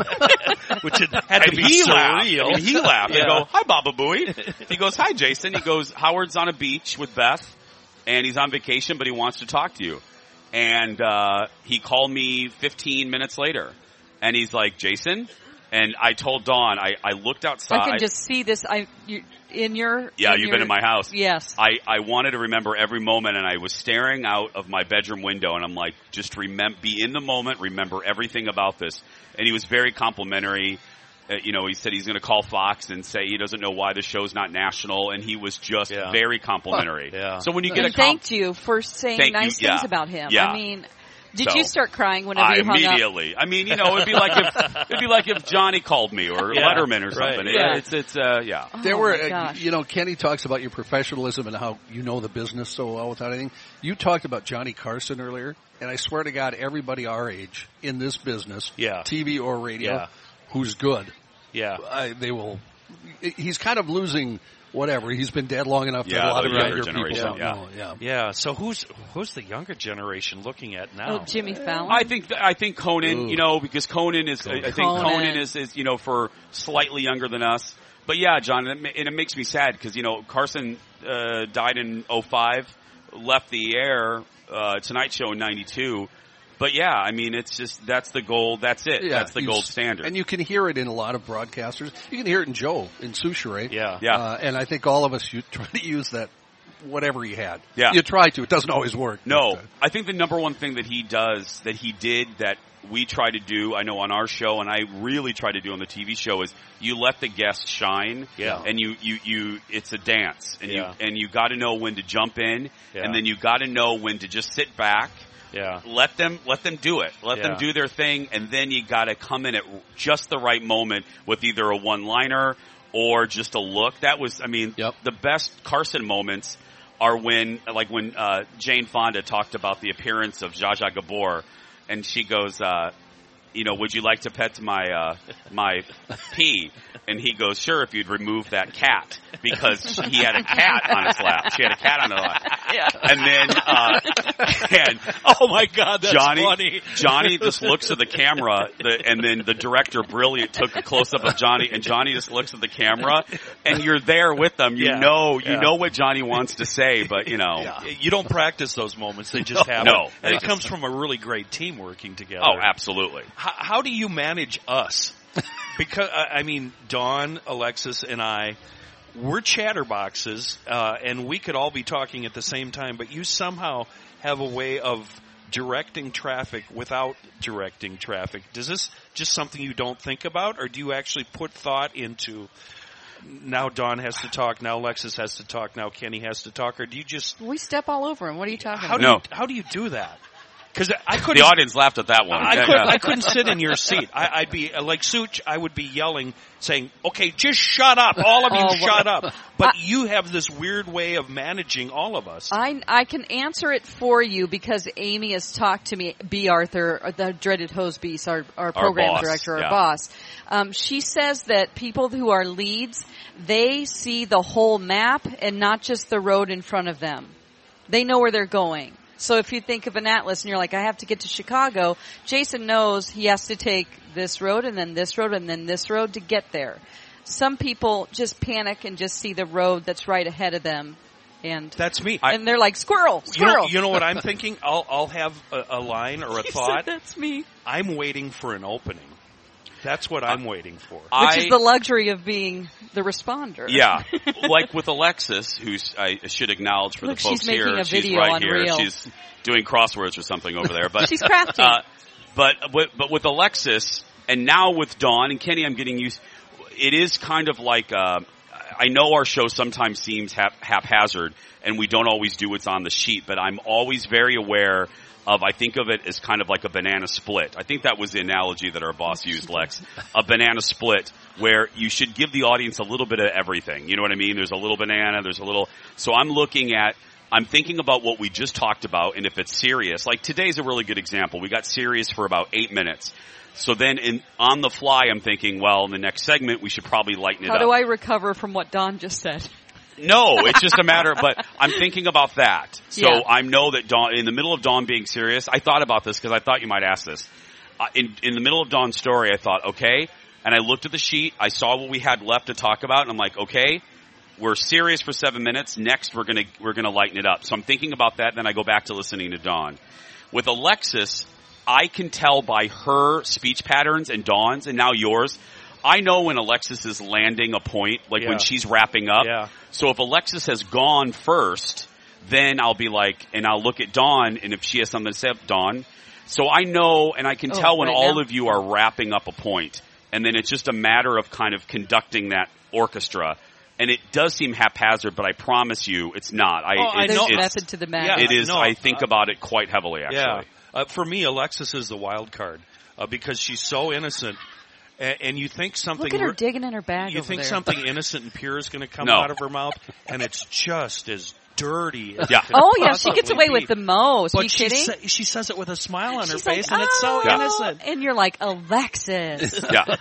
[SPEAKER 4] Which it had to
[SPEAKER 2] And
[SPEAKER 4] be
[SPEAKER 2] he laughed.
[SPEAKER 4] surreal.
[SPEAKER 2] And he laughed.
[SPEAKER 4] Yeah.
[SPEAKER 2] I go, hi, Baba <laughs> Booey. He goes, hi, Jason. He goes, Howard's on a beach with Beth, and he's on vacation, but he wants to talk to you. And uh, he called me 15 minutes later, and he's like, Jason. And I told Dawn, I, I looked outside.
[SPEAKER 5] I can just see this. I you, in your
[SPEAKER 2] yeah,
[SPEAKER 5] in
[SPEAKER 2] you've
[SPEAKER 5] your-
[SPEAKER 2] been in my house.
[SPEAKER 5] Yes.
[SPEAKER 2] I, I wanted to remember every moment, and I was staring out of my bedroom window, and I'm like, just remember, be in the moment, remember everything about this. And he was very complimentary. Uh, you know, he said he's going to call Fox and say he doesn't know why the show's not national, and he was just
[SPEAKER 4] Yeah.
[SPEAKER 2] very complimentary.
[SPEAKER 4] Yeah.
[SPEAKER 2] So when you get
[SPEAKER 5] and
[SPEAKER 2] a comp-
[SPEAKER 5] thanked you for saying
[SPEAKER 2] Thank you,
[SPEAKER 5] nice
[SPEAKER 2] yeah,
[SPEAKER 5] things about him.
[SPEAKER 2] yeah.
[SPEAKER 5] I mean, did
[SPEAKER 2] So,
[SPEAKER 5] you start crying whenever
[SPEAKER 2] I
[SPEAKER 5] you hung up?
[SPEAKER 2] immediately. I mean, you know, it'd be like if it'd be like if Johnny called me or
[SPEAKER 4] <laughs> Yeah,
[SPEAKER 2] Letterman or something.
[SPEAKER 4] right.
[SPEAKER 2] It-
[SPEAKER 5] Yeah.
[SPEAKER 2] It's it's uh yeah.
[SPEAKER 5] Oh,
[SPEAKER 1] There were,
[SPEAKER 5] my
[SPEAKER 1] uh,
[SPEAKER 5] gosh.
[SPEAKER 1] you know, Kenny talks about your professionalism and how you know the business so well without anything. You talked about Johnny Carson earlier, and I swear to God, everybody our age in this business,
[SPEAKER 4] Yeah.
[SPEAKER 1] TV or radio,
[SPEAKER 4] Yeah.
[SPEAKER 1] who's good,
[SPEAKER 4] yeah.
[SPEAKER 1] I, they will. He's kind of losing whatever. He's been dead long enough that
[SPEAKER 2] Yeah,
[SPEAKER 1] a lot
[SPEAKER 2] the
[SPEAKER 1] of
[SPEAKER 2] younger
[SPEAKER 1] younger people
[SPEAKER 2] generation,
[SPEAKER 1] don't
[SPEAKER 2] yeah.
[SPEAKER 1] know. Yeah.
[SPEAKER 4] Yeah. So who's who's the younger generation looking at now?
[SPEAKER 5] Oh, Jimmy Fallon.
[SPEAKER 2] I think th- I think Conan,
[SPEAKER 1] Ooh.
[SPEAKER 2] you know, because Conan is I I think Conan,
[SPEAKER 5] Conan
[SPEAKER 2] is, is you know for slightly younger than us. But yeah, John, and it, ma- and it makes me sad because you know Carson uh, died in '05, left the air uh, Tonight Show in '92. But yeah, I mean, it's just that's the goal. That's it.
[SPEAKER 1] Yeah,
[SPEAKER 2] that's the
[SPEAKER 1] you
[SPEAKER 2] gold
[SPEAKER 1] s-
[SPEAKER 2] standard.
[SPEAKER 1] And you can hear it in a lot of broadcasters. You can hear it in Joe, in Souchere.
[SPEAKER 4] Yeah.
[SPEAKER 2] Yeah.
[SPEAKER 1] Uh, and I think all of us you <laughs> try to use that, whatever he had.
[SPEAKER 2] Yeah.
[SPEAKER 1] You try to. It doesn't always work.
[SPEAKER 2] No,
[SPEAKER 1] But, uh,
[SPEAKER 2] I think the number one thing that he does, that he did, that we try to do, I know on our show, and I really try to do on the TV show, is you let the guests shine.
[SPEAKER 4] Yeah.
[SPEAKER 2] And you, you, you, it's a dance, and
[SPEAKER 4] Yeah.
[SPEAKER 2] you, and you got to know when to jump in,
[SPEAKER 4] Yeah.
[SPEAKER 2] and then you got to know when to just sit back. <laughs>
[SPEAKER 4] Yeah.
[SPEAKER 2] Let them, let them do it. Let them
[SPEAKER 4] Yeah.
[SPEAKER 2] do their thing, and then you got to come in at just the right moment with either a one-liner or just a look. That was, I mean,
[SPEAKER 1] Yep.
[SPEAKER 2] the best Carson moments are when, like when uh, Jane Fonda talked about the appearance of Zsa Zsa Gabor, and she goes, uh, "You know, would you like to pet my uh, my <laughs> pee?" And he goes, "Sure, if you'd remove that cat because he had a cat on his lap. She had a cat on her lap."
[SPEAKER 5] yeah.
[SPEAKER 2] And then, uh, <laughs> and
[SPEAKER 4] Oh my God, that's
[SPEAKER 2] Johnny,
[SPEAKER 4] funny.
[SPEAKER 2] Johnny just looks at the camera, the, and then the director brilliant took a close up of Johnny, and Johnny just looks at the camera, and you're there with them. You
[SPEAKER 4] Yeah.
[SPEAKER 2] know, you
[SPEAKER 4] Yeah.
[SPEAKER 2] know what Johnny wants to say, but you know,
[SPEAKER 4] You don't practice those moments; they just
[SPEAKER 2] <laughs>
[SPEAKER 4] happen.
[SPEAKER 2] No.
[SPEAKER 4] and
[SPEAKER 2] Yeah.
[SPEAKER 4] it comes from a really great team working together.
[SPEAKER 2] oh, absolutely.
[SPEAKER 4] how, how do you manage
[SPEAKER 2] <laughs>
[SPEAKER 4] us? Because I I mean, Dawn, Alexis, and I, we're chatterboxes, uh, and we could all be talking at the same time. But you somehow have a way of directing traffic without directing traffic. Does this just something you don't think about, or do you actually put thought into? Now Dawn has to talk. Now Alexis has to talk. Now Kenny has to talk. Or do you just
[SPEAKER 5] we step all over him. What are you talking
[SPEAKER 4] how do
[SPEAKER 2] No.
[SPEAKER 5] about?
[SPEAKER 4] you, how do you do that? Because I couldn't.
[SPEAKER 2] The audience laughed at that one.
[SPEAKER 4] I,
[SPEAKER 2] Yeah,
[SPEAKER 4] could,
[SPEAKER 2] yeah.
[SPEAKER 4] I couldn't sit in your seat. I, I'd be uh, like Such. I would be yelling, saying, "Okay, just shut up, all of you,
[SPEAKER 5] Oh,
[SPEAKER 4] shut up." But you have this weird way of managing all of us.
[SPEAKER 5] I, I can answer it for you because Amy has talked to me, B. Arthur, uh, the dreaded hose beast, our, our program
[SPEAKER 2] boss,
[SPEAKER 5] director, our
[SPEAKER 2] yeah.
[SPEAKER 5] boss. Um, she says that people who are leads, they see the whole map and not just the road in front of them. They know where they're going. So if you think of an atlas and you're like, I have to get to Chicago, Jason knows he has to take this road and then this road and then this road to get there. Some people just panic and just see the road that's right ahead of them. And
[SPEAKER 4] That's me.
[SPEAKER 5] and they're like squirrel,
[SPEAKER 4] you know,
[SPEAKER 5] squirrel.
[SPEAKER 4] you know what I'm thinking? I'll, I'll have a, a line or a
[SPEAKER 5] <laughs> He said,
[SPEAKER 4] thought.
[SPEAKER 5] that's me.
[SPEAKER 4] I'm waiting for an opening. That's what I'm waiting for.
[SPEAKER 2] I-
[SPEAKER 5] Which is the luxury of being the responder. <laughs>
[SPEAKER 2] Yeah, like with Alexis, who's I should acknowledge for
[SPEAKER 5] Look,
[SPEAKER 2] the
[SPEAKER 5] she's
[SPEAKER 2] folks
[SPEAKER 5] making
[SPEAKER 2] here.
[SPEAKER 5] a
[SPEAKER 2] she's
[SPEAKER 5] video
[SPEAKER 2] right
[SPEAKER 5] on
[SPEAKER 2] here.
[SPEAKER 5] Reel.
[SPEAKER 2] She's doing crosswords or something over there.
[SPEAKER 5] <laughs>
[SPEAKER 2] But <laughs>
[SPEAKER 5] She's crafting.
[SPEAKER 2] Uh, but but but with Alexis and now with Dawn and Kenny, I'm getting used. It is kind of like uh, I know our show sometimes seems hap- haphazard, and we don't always do what's on the sheet. But I'm always very aware of. I think of it as kind of like a banana split. I think that was the analogy that our boss used, Lex. A banana split where you should give the audience a little bit of everything. You know what I mean? There's a little banana. There's a little. So I'm looking at. I'm thinking about what we just talked about and if it's serious. Like today's a really good example. We got serious for about eight minutes. So then in, on the fly, I'm thinking, well, in the next segment, we should probably lighten it
[SPEAKER 5] How
[SPEAKER 2] up.
[SPEAKER 5] do I recover from what Don just said?
[SPEAKER 2] No, it's just a matter of, but I'm thinking about that. So
[SPEAKER 5] Yeah.
[SPEAKER 2] I know that Dawn, in the middle of Dawn being serious, I thought about this because I thought you might ask this. Uh, in, in the middle of Dawn's story, I thought, okay, and I looked at the sheet, I saw what we had left to talk about, and I'm like, okay, we're serious for seven minutes, next we're gonna, we're gonna lighten it up. So I'm thinking about that, then I go back to listening to Dawn. With Alexis, I can tell by her speech patterns and Dawn's, and now yours, I know when Alexis is landing a point, like
[SPEAKER 4] Yeah.
[SPEAKER 2] when she's wrapping up,
[SPEAKER 4] Yeah.
[SPEAKER 2] so if Alexis has gone first, then I'll be like, and I'll look at Dawn, and if she has something to say, Dawn. So I know, and I can
[SPEAKER 5] Oh,
[SPEAKER 2] tell when
[SPEAKER 5] right
[SPEAKER 2] all
[SPEAKER 5] now?
[SPEAKER 2] of you are wrapping up a point, and then it's just a matter of kind of conducting that orchestra. And it does seem haphazard, but I promise you, it's not. I,
[SPEAKER 4] Oh, I
[SPEAKER 2] it's,
[SPEAKER 5] There's
[SPEAKER 4] know-
[SPEAKER 2] it's-
[SPEAKER 5] method to the
[SPEAKER 4] Yeah,
[SPEAKER 5] madness.
[SPEAKER 2] it is.
[SPEAKER 4] no,
[SPEAKER 2] I think
[SPEAKER 4] uh,
[SPEAKER 2] about it quite heavily, actually.
[SPEAKER 4] Yeah. Uh, for me, Alexis is the wild card uh, because she's so innocent, and, and you think something.
[SPEAKER 5] Look at her
[SPEAKER 4] re-
[SPEAKER 5] digging in her bag.
[SPEAKER 4] you
[SPEAKER 5] over
[SPEAKER 4] think
[SPEAKER 5] there.
[SPEAKER 4] something innocent and pure is going to come
[SPEAKER 2] No.
[SPEAKER 4] out of her mouth, and it's just as dirty. As
[SPEAKER 2] Yeah.
[SPEAKER 4] it could
[SPEAKER 5] <laughs> Oh yeah, she
[SPEAKER 4] possibly
[SPEAKER 5] gets away
[SPEAKER 4] be.
[SPEAKER 5] with the most.
[SPEAKER 4] But
[SPEAKER 5] you
[SPEAKER 4] she
[SPEAKER 5] kidding?
[SPEAKER 4] sa- she says it with a smile on
[SPEAKER 5] She's
[SPEAKER 4] her
[SPEAKER 5] like,
[SPEAKER 4] face, and it's so
[SPEAKER 5] "Oh,"
[SPEAKER 4] innocent.
[SPEAKER 5] And you're like Alexis.
[SPEAKER 4] <laughs>
[SPEAKER 2] yeah.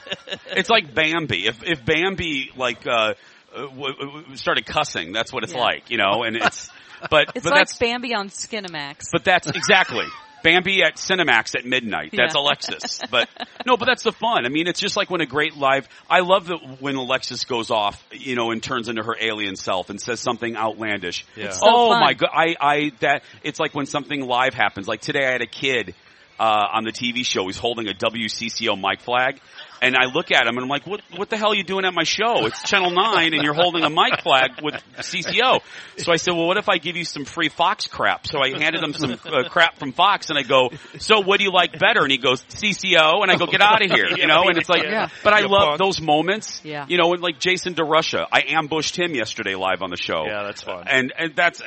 [SPEAKER 2] It's like Bambi. If if Bambi like uh uh, w- w- started cussing. That's what it's
[SPEAKER 5] Yeah.
[SPEAKER 2] like, you know. And it's but
[SPEAKER 5] <laughs> It's
[SPEAKER 2] but
[SPEAKER 5] like
[SPEAKER 2] that's
[SPEAKER 5] Bambi
[SPEAKER 4] <laughs>
[SPEAKER 5] on Skinamax.
[SPEAKER 2] but that's exactly Bambi at Cinemax at midnight. That's
[SPEAKER 5] Yeah. <laughs>
[SPEAKER 2] Alexis. But no, but that's the fun. I mean, it's just like when a great live. I love that when Alexis goes off, you know, and turns into her alien self and says something outlandish.
[SPEAKER 4] It's
[SPEAKER 5] so
[SPEAKER 2] oh
[SPEAKER 5] fun.
[SPEAKER 2] my god! I I that it's like when something live happens. Like today, I had a kid. Uh, on the TV show, he's holding a WCCO mic flag, and I look at him and I'm like, "What? What the hell are you doing at my show? It's Channel Nine, and you're holding a mic flag with CCO." So I said, "Well, what if I give you some free Fox crap?" So I handed him some uh, crap from Fox, and I go, "So what do you like better?" And he goes, "CCO," and I go, "Get out of here," you know. And it's like,
[SPEAKER 5] Yeah.
[SPEAKER 2] but I
[SPEAKER 4] Yeah,
[SPEAKER 2] love
[SPEAKER 4] punk.
[SPEAKER 2] those moments.
[SPEAKER 5] Yeah.
[SPEAKER 2] You know, and like Jason DeRussia, I ambushed him yesterday live on the show.
[SPEAKER 4] Yeah, that's fun.
[SPEAKER 2] And and that's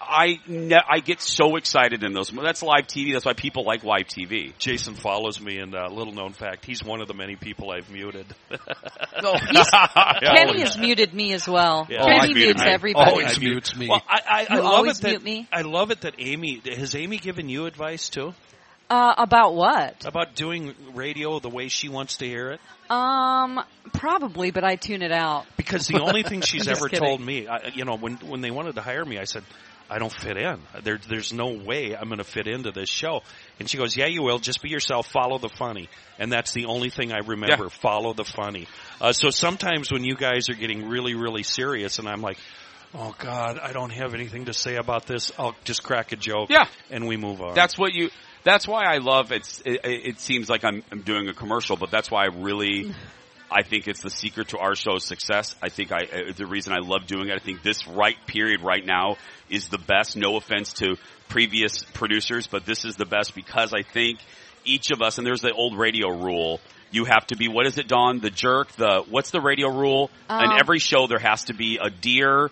[SPEAKER 2] I ne- I get so excited in those. That's live TV. That's why people like live TV.
[SPEAKER 4] Jason follows me, and uh, little known fact, he's one of the many people I've <laughs> muted. <laughs>
[SPEAKER 5] Kenny has muted me as well.
[SPEAKER 4] Yeah. Oh, I
[SPEAKER 5] Kenny
[SPEAKER 4] muted
[SPEAKER 5] mutes
[SPEAKER 4] me.
[SPEAKER 5] everybody.
[SPEAKER 1] Always mutes me.
[SPEAKER 4] Well, I, I, I
[SPEAKER 5] You
[SPEAKER 4] love
[SPEAKER 5] always
[SPEAKER 4] it that
[SPEAKER 5] mute me.
[SPEAKER 4] I love it that Amy has Amy given you advice too
[SPEAKER 5] Uh, about what?
[SPEAKER 4] about doing radio the way she wants to hear it.
[SPEAKER 5] Um, probably, but I tune it out.
[SPEAKER 4] Because the only thing
[SPEAKER 2] <laughs>
[SPEAKER 4] she's
[SPEAKER 5] Just
[SPEAKER 4] ever
[SPEAKER 5] kidding.
[SPEAKER 4] told me, I, you know, when when they wanted to hire me, I said. I don't fit in. There, there's no way I'm going to fit into this show. And she goes, "Yeah, you will. Just be yourself. Follow the funny." And that's the only thing I remember.
[SPEAKER 2] Yeah.
[SPEAKER 4] Follow the funny. Uh, so sometimes when you guys are getting really, really serious, and I'm like, "Oh God, I don't have anything to say about this. I'll just crack a joke."
[SPEAKER 2] Yeah.
[SPEAKER 4] and we move on.
[SPEAKER 2] That's what you. That's why I love it's. It, it seems like I'm, I'm doing a commercial, but that's why I really. I think it's the secret to our show's success. I think I uh, the reason I love doing it. I think this right period right now is the best. No offense to previous producers, but this is the best because I think each of us and there's the old radio rule. You have to be what is it, Don? The jerk. The what's the radio rule?
[SPEAKER 5] Um,
[SPEAKER 2] and every show there has to be a deer,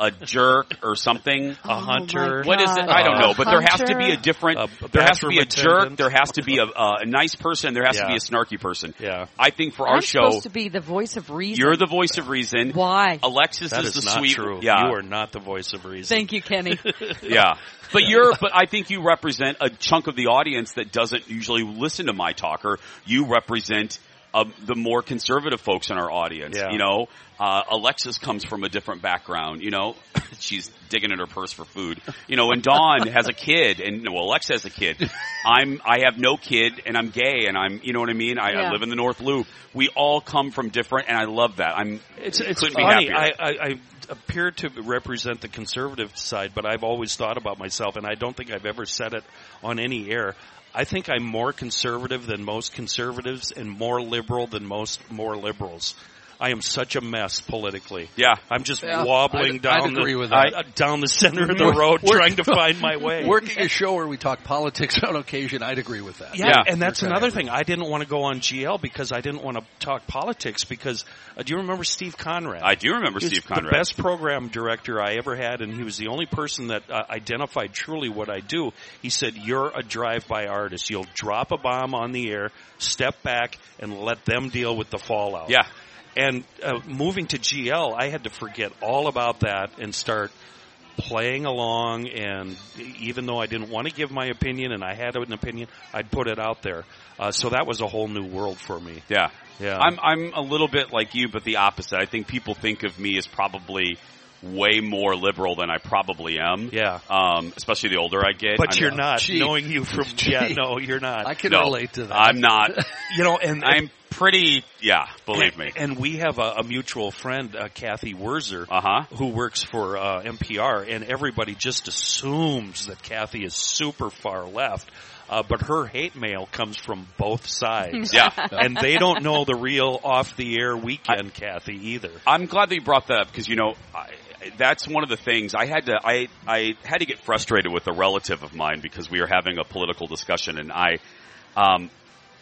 [SPEAKER 2] a jerk, or something.
[SPEAKER 5] Oh, my
[SPEAKER 4] hunter.
[SPEAKER 5] God.
[SPEAKER 2] What is it? I don't know, but there has to be a
[SPEAKER 5] Hunter.
[SPEAKER 2] different.
[SPEAKER 4] A
[SPEAKER 2] there has to
[SPEAKER 4] bathroom
[SPEAKER 2] be a jerk.
[SPEAKER 4] attendant.
[SPEAKER 2] There has to be a, uh, a nice person. There has to
[SPEAKER 4] Yeah.
[SPEAKER 2] be a snarky person.
[SPEAKER 4] Yeah.
[SPEAKER 2] I think for our
[SPEAKER 5] I'm
[SPEAKER 2] show,
[SPEAKER 5] supposed to be the voice of reason.
[SPEAKER 2] you're the voice of reason.
[SPEAKER 5] Why?
[SPEAKER 2] Alexis
[SPEAKER 4] That
[SPEAKER 2] is
[SPEAKER 4] is
[SPEAKER 2] the
[SPEAKER 4] not
[SPEAKER 2] sweet.
[SPEAKER 4] true.
[SPEAKER 2] Yeah,
[SPEAKER 4] You are not the voice of reason.
[SPEAKER 5] Thank you, Kenny.
[SPEAKER 2] yeah. <laughs> But you're. But I think you represent a chunk of the audience that doesn't usually listen to my talker. You represent. Uh, the more conservative folks in our audience,
[SPEAKER 4] Yeah.
[SPEAKER 2] you know, uh, Alexis comes from a different background, you know, <laughs> she's digging in her purse for food, you know, and Dawn has a kid and well, Alexa has a kid. I'm, I have no kid and I'm gay and I'm, you know what I mean? I, I
[SPEAKER 5] Yeah.
[SPEAKER 2] live in the North Loop. We all come from different and I love that. I'm,
[SPEAKER 4] It's, it's
[SPEAKER 2] couldn't
[SPEAKER 4] funny.
[SPEAKER 2] be
[SPEAKER 4] I,
[SPEAKER 2] happier.
[SPEAKER 4] I, I appear to represent the conservative side, but I've always thought about myself, and I don't think I've ever said it on any air. I think I'm more conservative than most conservatives and more liberal than most more liberals. I am such a mess politically.
[SPEAKER 2] Yeah.
[SPEAKER 4] I'm just
[SPEAKER 1] Yeah,
[SPEAKER 4] wobbling
[SPEAKER 1] I'd-
[SPEAKER 4] down
[SPEAKER 1] I'd agree
[SPEAKER 4] the
[SPEAKER 1] with that.
[SPEAKER 4] I- down the center of the road, trying to find my way.
[SPEAKER 1] Working a show where we talk politics <laughs> on occasion, I'd agree with that.
[SPEAKER 4] Yeah,
[SPEAKER 2] Yeah.
[SPEAKER 4] and that's
[SPEAKER 1] You're
[SPEAKER 4] another
[SPEAKER 1] kinda
[SPEAKER 4] thing. I didn't want to go on GL because I didn't want to talk politics because uh, do you remember Steve Conrad?
[SPEAKER 2] I do remember
[SPEAKER 4] He was
[SPEAKER 2] Steve Conrad.
[SPEAKER 4] The best program director I ever had, and he was the only person that uh, identified truly what I do. He said, "You're a drive-by artist. You'll drop a bomb on the air, step back, and let them deal with the fallout."
[SPEAKER 2] Yeah.
[SPEAKER 4] And uh, moving to GL, I had to forget all about that and start playing along. And even though I didn't want to give my opinion, and I had an opinion, I'd put it out there. Uh, so that was a whole new world for me.
[SPEAKER 2] Yeah.
[SPEAKER 4] Yeah.
[SPEAKER 2] I'm I'm a little bit like you, but the opposite. I think people think of me as probably way more liberal than I probably am.
[SPEAKER 4] Yeah.
[SPEAKER 2] Um, especially the older I get.
[SPEAKER 4] But
[SPEAKER 2] I'm-
[SPEAKER 4] you're not
[SPEAKER 1] Gee.
[SPEAKER 4] knowing
[SPEAKER 2] <laughs>
[SPEAKER 4] you from
[SPEAKER 1] Gee.
[SPEAKER 4] yeah. No, you're not.
[SPEAKER 1] I can
[SPEAKER 2] No,
[SPEAKER 1] relate to that.
[SPEAKER 2] I'm
[SPEAKER 4] <laughs>
[SPEAKER 2] not.
[SPEAKER 4] you know, and
[SPEAKER 2] I'm pretty. Yeah, believe me.
[SPEAKER 4] And we have a, a mutual friend, uh, Kathy Werzer,
[SPEAKER 2] Uh huh.
[SPEAKER 4] who works for uh, NPR, and everybody just assumes that Kathy is super far left. Uh, but her hate mail comes from both sides,
[SPEAKER 2] <laughs> Yeah.
[SPEAKER 4] and they don't know the real off-the-air weekend Kathy either.
[SPEAKER 2] I'm glad that you brought that up because you know I, that's one of the things I had to I I had to get frustrated with a relative of mine because we were having a political discussion and I, um,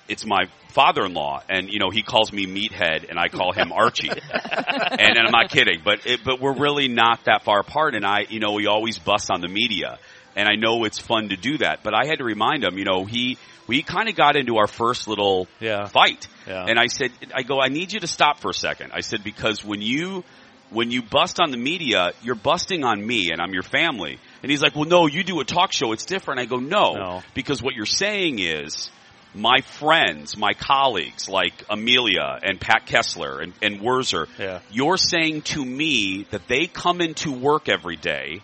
[SPEAKER 2] it's my father-in-law and you know he calls me meathead and I call him Archie and, and I'm not kidding but it, but we're really not that far apart and I you know we always bust on the media and I know it's fun to do that but I had to remind him you know he we kind of got into our first little
[SPEAKER 4] Yeah.
[SPEAKER 2] fight
[SPEAKER 4] Yeah.
[SPEAKER 2] and I said, I go, I need you to stop for a second. I said, because when you, when you bust on the media, you're busting on me and I'm your family. And he's like, well, no, you do a talk show. It's different. I go, no,
[SPEAKER 4] No.
[SPEAKER 2] because what you're saying is my friends, my colleagues like Amelia and Pat Kessler and, and Werzer,
[SPEAKER 4] Yeah.
[SPEAKER 2] you're saying to me that they come into work every day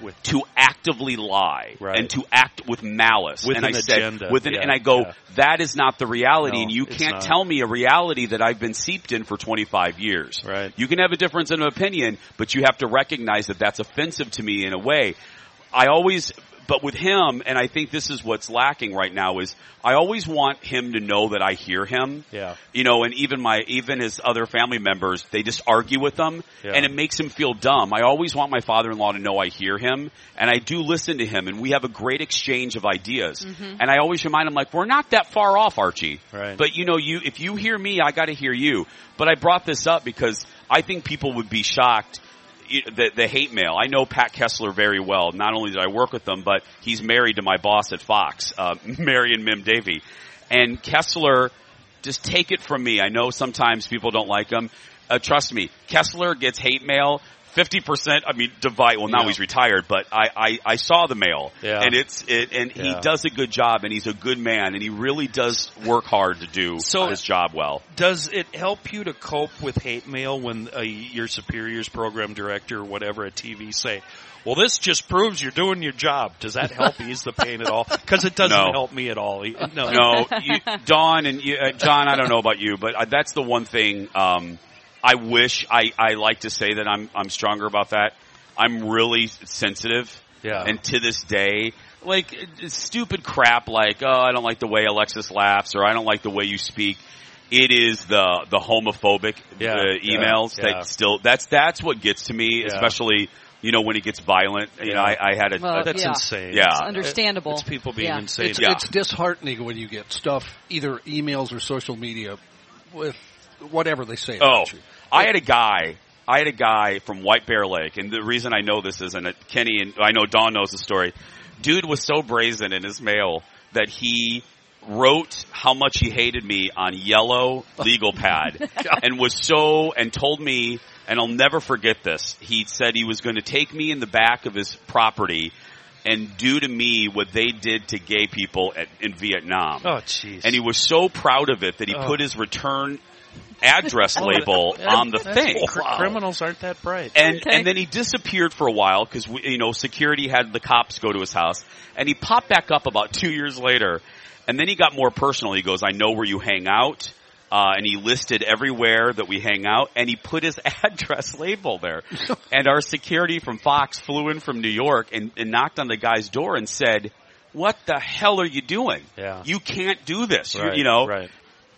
[SPEAKER 4] With-
[SPEAKER 2] to actively lie
[SPEAKER 4] Right.
[SPEAKER 2] and to act with malice.
[SPEAKER 4] With
[SPEAKER 2] and
[SPEAKER 4] an
[SPEAKER 2] I said,
[SPEAKER 4] agenda.
[SPEAKER 2] With an,
[SPEAKER 4] Yeah,
[SPEAKER 2] and I go,
[SPEAKER 4] yeah.
[SPEAKER 2] that is not the reality
[SPEAKER 4] No,
[SPEAKER 2] and you
[SPEAKER 4] it's
[SPEAKER 2] can't
[SPEAKER 4] not.
[SPEAKER 2] tell me a reality that I've been seeped in for 25 years.
[SPEAKER 4] Right.
[SPEAKER 2] You can have a difference in opinion, but you have to recognize that that's offensive to me in a way. I always, but with him, and I think this is what's lacking right now is I always want him to know that I hear him.
[SPEAKER 4] Yeah.
[SPEAKER 2] You know, and even my, even his other family members, they just argue with them
[SPEAKER 4] Yeah.
[SPEAKER 2] and it makes him feel dumb. I always want my father-in-law to know I hear him and I do listen to him and we have a great exchange of ideas. And I always remind him like, we're not that far off, Archie.
[SPEAKER 4] Mm-hmm. Right.
[SPEAKER 2] But you know, you, if you hear me, I gotta hear you. But I brought this up because I think people would be shocked you- the, the hate mail. I know Pat Kessler very well. Not only did I work with him, but he's married to my boss at Fox, uh, <laughs> Marion Mim Davey. And Kessler, just take it from me. I know sometimes people don't like him. Uh, trust me, Kessler gets hate mail. 50%, I mean, divide, well now
[SPEAKER 4] Yeah.
[SPEAKER 2] he's retired, but I, I, I saw the mail.
[SPEAKER 4] Yeah.
[SPEAKER 2] And it's, it, and he
[SPEAKER 4] Yeah.
[SPEAKER 2] does a good job and he's a good man and he really does work hard to do
[SPEAKER 4] So-
[SPEAKER 2] his job well.
[SPEAKER 4] Does it help you to cope with hate mail when uh, your superiors, program director, or whatever at TV say, "Well, this just proves you're doing your job"? Does
[SPEAKER 2] <laughs>
[SPEAKER 4] that help ease the pain at all? Because it doesn't
[SPEAKER 2] No.
[SPEAKER 4] help me at all. E, No,
[SPEAKER 2] no, you, Don and you, uh, John. I don't know about you, but uh, that's the one thing. Um, I wish I, I like to say that I'm I'm stronger about that. I'm really sensitive.
[SPEAKER 4] Yeah.
[SPEAKER 2] And to this day, like uh, stupid crap, like oh, I don't like the way Alexis laughs, or I don't like the way you speak. It is the the homophobic
[SPEAKER 4] Yeah,
[SPEAKER 2] uh,
[SPEAKER 4] yeah,
[SPEAKER 2] emails
[SPEAKER 4] yeah.
[SPEAKER 2] that still that's that's what gets to me,
[SPEAKER 4] Yeah.
[SPEAKER 2] especially you know when it gets violent. You know, I, I had a,
[SPEAKER 5] Well,
[SPEAKER 2] a
[SPEAKER 4] that's
[SPEAKER 5] Yeah.
[SPEAKER 4] insane.
[SPEAKER 2] Yeah.
[SPEAKER 5] It's understandable.
[SPEAKER 4] It's people being
[SPEAKER 5] Yeah.
[SPEAKER 4] insane.
[SPEAKER 1] It's,
[SPEAKER 2] Yeah.
[SPEAKER 1] it's disheartening when you get stuff, either emails or social media, with whatever they say
[SPEAKER 2] Oh,
[SPEAKER 1] about you.
[SPEAKER 2] I had a guy. I had a guy from White Bear Lake, and the reason I know this is, and it- Kenny and I know Don knows the story. Dude was so brazen in his mail that he wrote how much he hated me on yellow legal pad, and was so and told me, and I'll never forget this. He said he was going to take me in the back of his property and do to me what they did to gay people at, in Vietnam.
[SPEAKER 4] Oh, jeez. <laughs>
[SPEAKER 2] And he was so proud of it that he
[SPEAKER 4] Oh.
[SPEAKER 2] put his return
[SPEAKER 4] <laughs>
[SPEAKER 2] address label on the <laughs> thing.
[SPEAKER 4] Cr- Criminals aren't that bright.
[SPEAKER 2] And
[SPEAKER 5] Okay.
[SPEAKER 2] and then he disappeared for a while because you know security had the cops go to his house, and he popped back up about two years later, and then he got more personal. He goes, "I know where you hang out." Uh, and he listed everywhere that we hang out, and he put his <laughs> address label
[SPEAKER 4] <laughs>
[SPEAKER 2] there. and our security from Fox flew in from New York and, and knocked on the guy's door and said, "What the hell are you doing?
[SPEAKER 4] Yeah.
[SPEAKER 2] You can't do this. You-
[SPEAKER 4] Right,
[SPEAKER 2] you know,
[SPEAKER 4] right.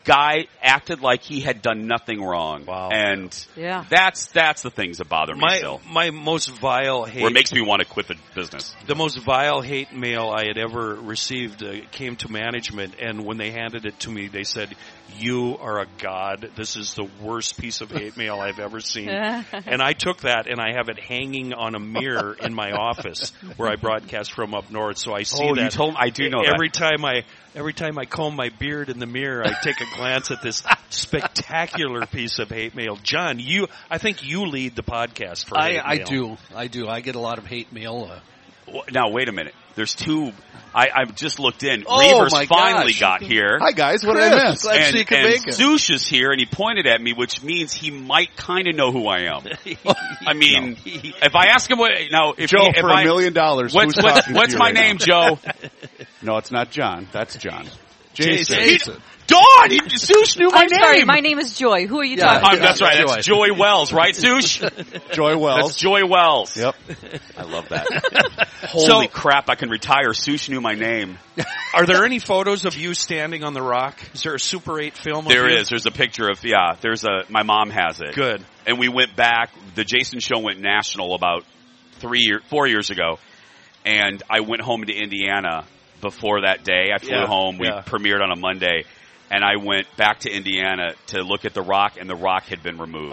[SPEAKER 2] guy acted like he had done nothing wrong.
[SPEAKER 4] Wow.
[SPEAKER 2] And
[SPEAKER 5] Yeah.
[SPEAKER 2] that's that's the things that bother me
[SPEAKER 4] My
[SPEAKER 2] still.
[SPEAKER 4] my most vile hate.
[SPEAKER 2] Or it makes me want to quit the business.
[SPEAKER 4] the most vile hate mail I had ever received uh, came to management, and when they handed it to me, they said, "You are a god. This is the worst piece of hate mail I've ever seen." and I took that and I have it hanging on a mirror in my office where I broadcast from up north. So I see
[SPEAKER 2] oh,
[SPEAKER 4] that.
[SPEAKER 2] you told me I do know
[SPEAKER 4] every time I every time I comb my beard in the mirror, I take a glance at this spectacular piece of hate mail. John, you I think you lead the podcast for
[SPEAKER 1] I,
[SPEAKER 4] hate
[SPEAKER 1] I
[SPEAKER 4] mail.
[SPEAKER 1] do. I do. I get a lot of hate mail. Uh,
[SPEAKER 2] that. Now wait a minute. There's two. I, I've just looked in.
[SPEAKER 1] Oh,
[SPEAKER 2] Reavers
[SPEAKER 1] my
[SPEAKER 2] finally
[SPEAKER 1] gosh.
[SPEAKER 2] got here.
[SPEAKER 6] Hi guys, what did
[SPEAKER 1] Chris,
[SPEAKER 6] I miss?
[SPEAKER 1] glad to
[SPEAKER 2] and
[SPEAKER 1] see you could
[SPEAKER 2] and
[SPEAKER 1] make it.
[SPEAKER 2] Zoosh is here, and he pointed at me, which means he might kind of know who I am. I mean, if I ask him what now, if
[SPEAKER 6] Joe
[SPEAKER 2] he, if
[SPEAKER 6] for
[SPEAKER 2] I,
[SPEAKER 6] a million dollars.
[SPEAKER 2] what's
[SPEAKER 6] who's
[SPEAKER 2] what's,
[SPEAKER 6] talking to
[SPEAKER 2] what's
[SPEAKER 6] you
[SPEAKER 2] my
[SPEAKER 6] right
[SPEAKER 2] name,
[SPEAKER 6] now?
[SPEAKER 2] Joe?
[SPEAKER 6] No, it's not John. That's John.
[SPEAKER 4] Jason.
[SPEAKER 6] Jason.
[SPEAKER 2] He- Dawn. He, Zoosh
[SPEAKER 5] <laughs>
[SPEAKER 2] knew my
[SPEAKER 5] I'm
[SPEAKER 2] name.
[SPEAKER 5] sorry. My name is Joy. Who are you
[SPEAKER 1] Yeah,
[SPEAKER 5] talking?
[SPEAKER 1] I'm-
[SPEAKER 2] Oh, that's right. That's
[SPEAKER 1] Joy.
[SPEAKER 2] Joy Wells, right, Zoosh?
[SPEAKER 6] Joy
[SPEAKER 2] That's
[SPEAKER 6] Wells.
[SPEAKER 2] Joy Wells.
[SPEAKER 6] Yep.
[SPEAKER 2] I love that. Holy crap! I can retire. Sush knew my name.
[SPEAKER 4] Are there any photos of you standing on the rock? Is there a Super 8 film? of
[SPEAKER 2] There
[SPEAKER 4] you?
[SPEAKER 2] is. There's a picture of yeah. There's a. My mom has it.
[SPEAKER 4] Good.
[SPEAKER 2] And we went back. The Jason show went national about three year, four years ago, and I went home to Indiana before that day. I flew
[SPEAKER 4] Yeah,
[SPEAKER 2] home. We
[SPEAKER 4] yeah.
[SPEAKER 2] premiered on a Monday, and I went back to Indiana to look at the Rock, and the Rock had been removed.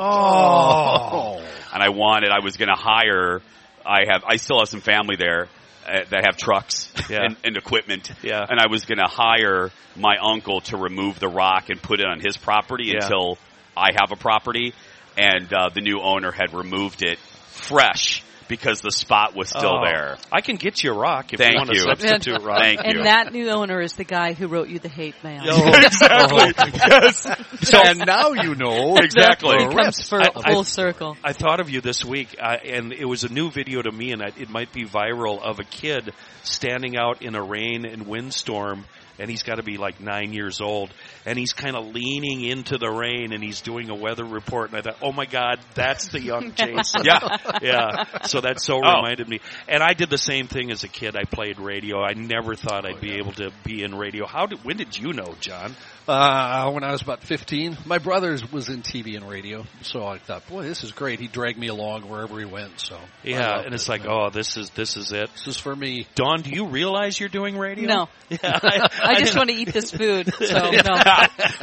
[SPEAKER 4] Oh,
[SPEAKER 2] and I wanted. I was going to hire. I have. I still have some family there uh, that have trucks
[SPEAKER 4] Yeah.
[SPEAKER 2] and, and equipment.
[SPEAKER 4] Yeah.
[SPEAKER 2] And I was going to hire my uncle to remove the rock and put it on his property
[SPEAKER 4] Yeah.
[SPEAKER 2] until I have a property. And uh, the new owner had removed it fresh because the spot was still
[SPEAKER 4] Oh,
[SPEAKER 2] there.
[SPEAKER 4] I can get you a rock if
[SPEAKER 2] Thank
[SPEAKER 4] you want
[SPEAKER 2] you.
[SPEAKER 4] to <laughs> substitute rock.
[SPEAKER 2] Thank
[SPEAKER 5] and
[SPEAKER 2] you.
[SPEAKER 5] that new owner is the guy who wrote you the hate mail.
[SPEAKER 2] exactly. yes.
[SPEAKER 1] Oh. <laughs> and now you know
[SPEAKER 2] Exactly.
[SPEAKER 5] It comes for
[SPEAKER 4] I- I-
[SPEAKER 5] full circle.
[SPEAKER 4] I thought of you this week, uh, and it was a new video to me, and I, it might be viral of a kid standing out in a rain and windstorm, and he's got to be like nine years old, and he's kind of leaning into the rain, and he's doing a weather report, and I thought, oh my god, that's the young Jason.
[SPEAKER 2] Yeah.
[SPEAKER 4] yeah. So that so
[SPEAKER 2] Oh.
[SPEAKER 4] reminded me, and I did the same thing as a kid. I played radio. I never thought I'd be
[SPEAKER 2] Oh,
[SPEAKER 4] able to be in radio. How did? When did you know, John?
[SPEAKER 1] Uh, when I was about 15, my brother was in TV and radio, so I thought, boy, this is great. He dragged me along wherever he went, so. I
[SPEAKER 4] Yeah,
[SPEAKER 1] loved
[SPEAKER 4] and it's
[SPEAKER 1] it.
[SPEAKER 4] like, oh, this is this is it.
[SPEAKER 1] This is for me.
[SPEAKER 4] Don, do you realize you're doing radio?
[SPEAKER 2] <laughs>
[SPEAKER 5] No.
[SPEAKER 4] Yeah, I,
[SPEAKER 5] I just
[SPEAKER 4] didn't-
[SPEAKER 5] want to eat this food. So no.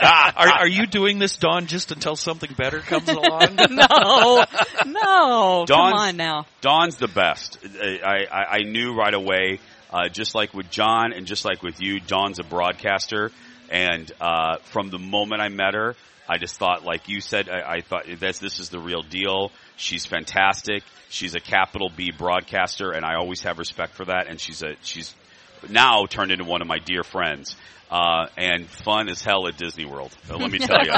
[SPEAKER 4] Are, are you doing this, Don, just until something better comes along?
[SPEAKER 5] no. No. Come
[SPEAKER 2] Dawn's-
[SPEAKER 5] on now.
[SPEAKER 2] Don's the best. I, I, I knew right away, uh, just like with John and just like with you, Don's a broadcaster. And uh, from the moment I met her, I just thought, like you said, I, I thought this, this is the real deal. She's fantastic. She's a capital B broadcaster, and I always have respect for that. And she's a she's now turned into one of my dear friends. Uh, and fun as hell at Disney World. Uh, Let me tell you.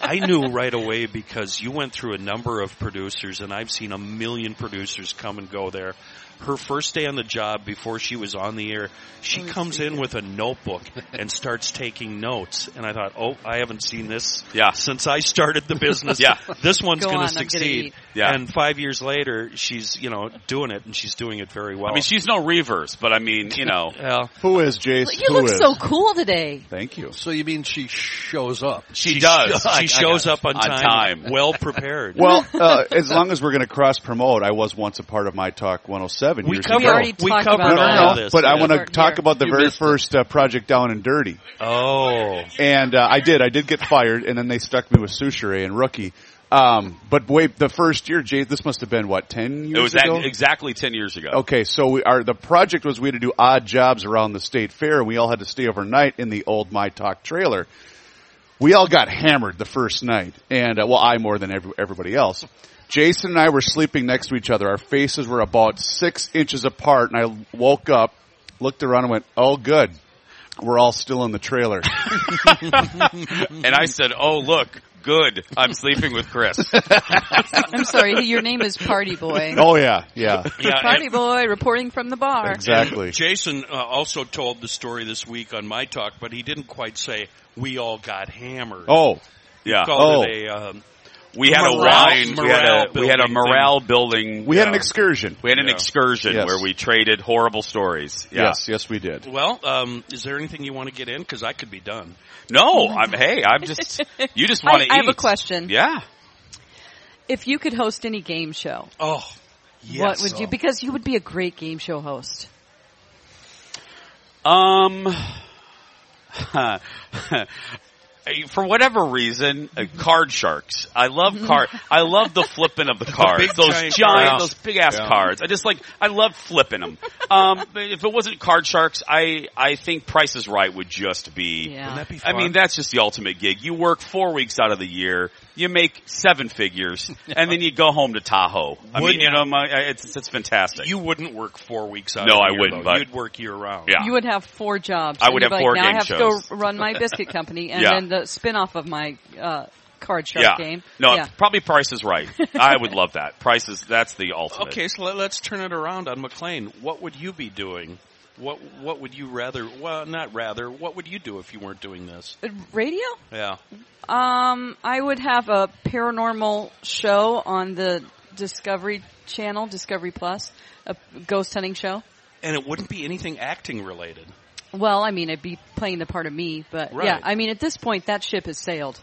[SPEAKER 4] I knew right away because you went through a number of producers, and I've seen a million producers come and go there. Her first day on the job, before she was on the air,
[SPEAKER 5] Oh,
[SPEAKER 4] she comes in with a notebook and starts taking notes. And I thought, oh, I haven't seen this
[SPEAKER 2] Yeah.
[SPEAKER 4] since I started the business.
[SPEAKER 2] Yeah.
[SPEAKER 4] this one's
[SPEAKER 5] Go
[SPEAKER 4] going
[SPEAKER 5] on,
[SPEAKER 4] to
[SPEAKER 5] I'm gonna
[SPEAKER 4] succeed.
[SPEAKER 5] eat.
[SPEAKER 2] Yeah.
[SPEAKER 4] And five years later, she's you know doing it, and she's doing it very well.
[SPEAKER 2] I mean, she's no Reavers, but I mean, you know,
[SPEAKER 4] yeah.
[SPEAKER 6] <laughs> Who is Jace?
[SPEAKER 5] You
[SPEAKER 6] Who
[SPEAKER 5] look
[SPEAKER 6] is?
[SPEAKER 5] so cool today.
[SPEAKER 6] Thank
[SPEAKER 5] <laughs>
[SPEAKER 6] you.
[SPEAKER 1] So you mean she shows up?
[SPEAKER 2] she, does.
[SPEAKER 4] She shows up on
[SPEAKER 2] On
[SPEAKER 4] time,
[SPEAKER 2] time.
[SPEAKER 4] <laughs> well prepared.
[SPEAKER 6] Well, uh, as long as we're going to cross promote, I was once a part of my talk 107.
[SPEAKER 4] we
[SPEAKER 6] years
[SPEAKER 4] covered,
[SPEAKER 6] ago.
[SPEAKER 5] already
[SPEAKER 4] we
[SPEAKER 5] talked
[SPEAKER 4] covered
[SPEAKER 6] No,
[SPEAKER 5] about
[SPEAKER 6] no,
[SPEAKER 5] that.
[SPEAKER 4] all
[SPEAKER 6] no.
[SPEAKER 4] this.
[SPEAKER 6] but I
[SPEAKER 4] yeah.
[SPEAKER 6] want to
[SPEAKER 5] Important
[SPEAKER 6] talk
[SPEAKER 5] year.
[SPEAKER 6] about the
[SPEAKER 1] You
[SPEAKER 6] very
[SPEAKER 1] missed it.
[SPEAKER 6] first uh, project Down and Dirty,
[SPEAKER 4] Oh,
[SPEAKER 6] and uh, I did. I did get fired, and then they stuck me with Souchere and Rookie. Um, but wait, the first year, Jay, this must have been what ten years
[SPEAKER 2] It was
[SPEAKER 6] ago.
[SPEAKER 2] that, exactly 10 years ago.
[SPEAKER 6] Okay, so we our the project was we had to do odd jobs around the state fair, and we all had to stay overnight in the old My Talk trailer. We all got hammered the first night, and uh, well, I more than every, everybody else. Jason and I were sleeping next to each other. Our faces were about six inches apart, and I woke up, looked around, and went, "Oh, good, we're all still in
[SPEAKER 2] <laughs>
[SPEAKER 6] the trailer."
[SPEAKER 2] And I said, oh, look, good. I'm sleeping with
[SPEAKER 6] <laughs>
[SPEAKER 2] Chris.
[SPEAKER 5] I'm sorry. Your name is Party Boy.
[SPEAKER 6] oh yeah, yeah,
[SPEAKER 4] yeah.
[SPEAKER 5] Party
[SPEAKER 4] and
[SPEAKER 5] Boy reporting from the
[SPEAKER 2] <laughs>
[SPEAKER 5] bar.
[SPEAKER 6] exactly.
[SPEAKER 4] Jason uh, also told the story this week on my talk, but he didn't quite say we all got hammered.
[SPEAKER 6] Oh,
[SPEAKER 2] Yeah.
[SPEAKER 4] Called
[SPEAKER 6] oh.
[SPEAKER 4] it a, um,
[SPEAKER 2] We had a
[SPEAKER 4] Morale-
[SPEAKER 2] wine. We had
[SPEAKER 4] morale
[SPEAKER 2] a, we had a
[SPEAKER 4] building
[SPEAKER 2] morale building.
[SPEAKER 6] we had an
[SPEAKER 2] yeah.
[SPEAKER 6] excursion.
[SPEAKER 2] We had an
[SPEAKER 4] Yeah.
[SPEAKER 2] excursion
[SPEAKER 6] Yes.
[SPEAKER 2] where we traded horrible stories. Yeah.
[SPEAKER 6] Yes, yes, we did.
[SPEAKER 4] well, um, is there anything you want to get in? Because I could be done.
[SPEAKER 2] No, I'm, hey, I'm
[SPEAKER 4] <laughs>
[SPEAKER 2] just, you just want
[SPEAKER 5] I,
[SPEAKER 2] to eat.
[SPEAKER 5] I have a question.
[SPEAKER 2] Yeah.
[SPEAKER 5] If you could host any game show,
[SPEAKER 4] Oh, yes. um,
[SPEAKER 5] what would you? Because you would be a great game show host.
[SPEAKER 2] Um, <laughs> for whatever reason, uh, card sharks. I love card. I love the flipping
[SPEAKER 4] <laughs>
[SPEAKER 2] of the cards.
[SPEAKER 4] big
[SPEAKER 2] those
[SPEAKER 4] giant
[SPEAKER 2] giant,
[SPEAKER 4] cards.
[SPEAKER 2] those big ass cards. I just like. I love flipping them. Um, <laughs> but if it wasn't card sharks, I I think Price is Right would just be.
[SPEAKER 5] Yeah.
[SPEAKER 4] Wouldn't that be fun?
[SPEAKER 2] I mean, that's just the ultimate gig. You work four weeks out of the year, you make seven
[SPEAKER 4] <laughs>
[SPEAKER 2] figures, and then you go home to Tahoe. I mean,
[SPEAKER 4] Wouldn't-
[SPEAKER 2] you know, my, it's it's fantastic.
[SPEAKER 4] you wouldn't work four weeks out.
[SPEAKER 2] No,
[SPEAKER 4] of the
[SPEAKER 2] I
[SPEAKER 4] year,
[SPEAKER 2] wouldn't,
[SPEAKER 4] though.
[SPEAKER 2] but-
[SPEAKER 4] You'd work year round.
[SPEAKER 2] yeah.
[SPEAKER 5] You would have four jobs.
[SPEAKER 2] I
[SPEAKER 5] And
[SPEAKER 2] would
[SPEAKER 5] you'd
[SPEAKER 2] have
[SPEAKER 5] be
[SPEAKER 2] four
[SPEAKER 5] like, now
[SPEAKER 2] game
[SPEAKER 5] I have
[SPEAKER 2] shows."
[SPEAKER 5] to go run
[SPEAKER 2] <laughs>
[SPEAKER 5] my biscuit company and
[SPEAKER 2] Yeah.
[SPEAKER 5] then the spin off of my uh, card shark game.
[SPEAKER 2] No,
[SPEAKER 5] yeah.
[SPEAKER 2] probably Price is
[SPEAKER 5] <laughs>
[SPEAKER 2] Right. I would love that. Price is that's the ultimate.
[SPEAKER 4] Okay, so let, let's turn it around on McLean. What would you be doing? What What would you rather? Well, not rather. What would you do if you weren't doing this?
[SPEAKER 5] Uh, Radio?
[SPEAKER 4] Yeah.
[SPEAKER 5] Um, I would have a paranormal show on the Discovery Channel, Discovery Plus, a ghost hunting show.
[SPEAKER 4] And it wouldn't be anything acting related.
[SPEAKER 5] Well, I mean, I'd be playing the part of me, but
[SPEAKER 4] Right.
[SPEAKER 5] yeah, I mean, at this point, that ship has sailed.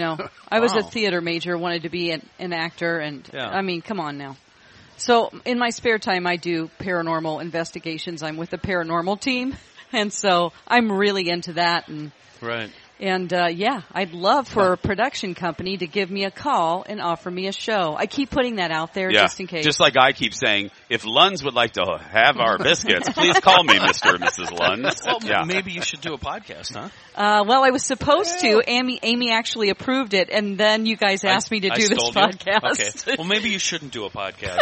[SPEAKER 4] <laughs>
[SPEAKER 5] know, I was a
[SPEAKER 4] Wow.
[SPEAKER 5] theater major, wanted to be an, an actor, and
[SPEAKER 4] Yeah.
[SPEAKER 5] I mean, come on now. So, in my spare time, I do paranormal <laughs> investigations. I'm with the paranormal team, and so I'm really into that. And
[SPEAKER 4] Right.
[SPEAKER 5] And uh, yeah, I'd love for a production company to give me a call and offer me a show. I keep putting that out there
[SPEAKER 2] Yeah.
[SPEAKER 5] just in case.
[SPEAKER 2] like I keep saying, if Lunds would like to have
[SPEAKER 5] <laughs>
[SPEAKER 2] our biscuits, please call me Mr. and Mrs. Lunds.
[SPEAKER 4] Well,
[SPEAKER 2] yeah. <laughs>
[SPEAKER 4] maybe you should do a podcast, huh?
[SPEAKER 5] uh, well, I was supposed to. Amy, Amy actually approved it, and then you guys asked me to
[SPEAKER 4] I
[SPEAKER 5] do this
[SPEAKER 4] stole you?
[SPEAKER 5] podcast. <laughs> Ah,
[SPEAKER 4] Okay. Well, maybe you shouldn't do a podcast.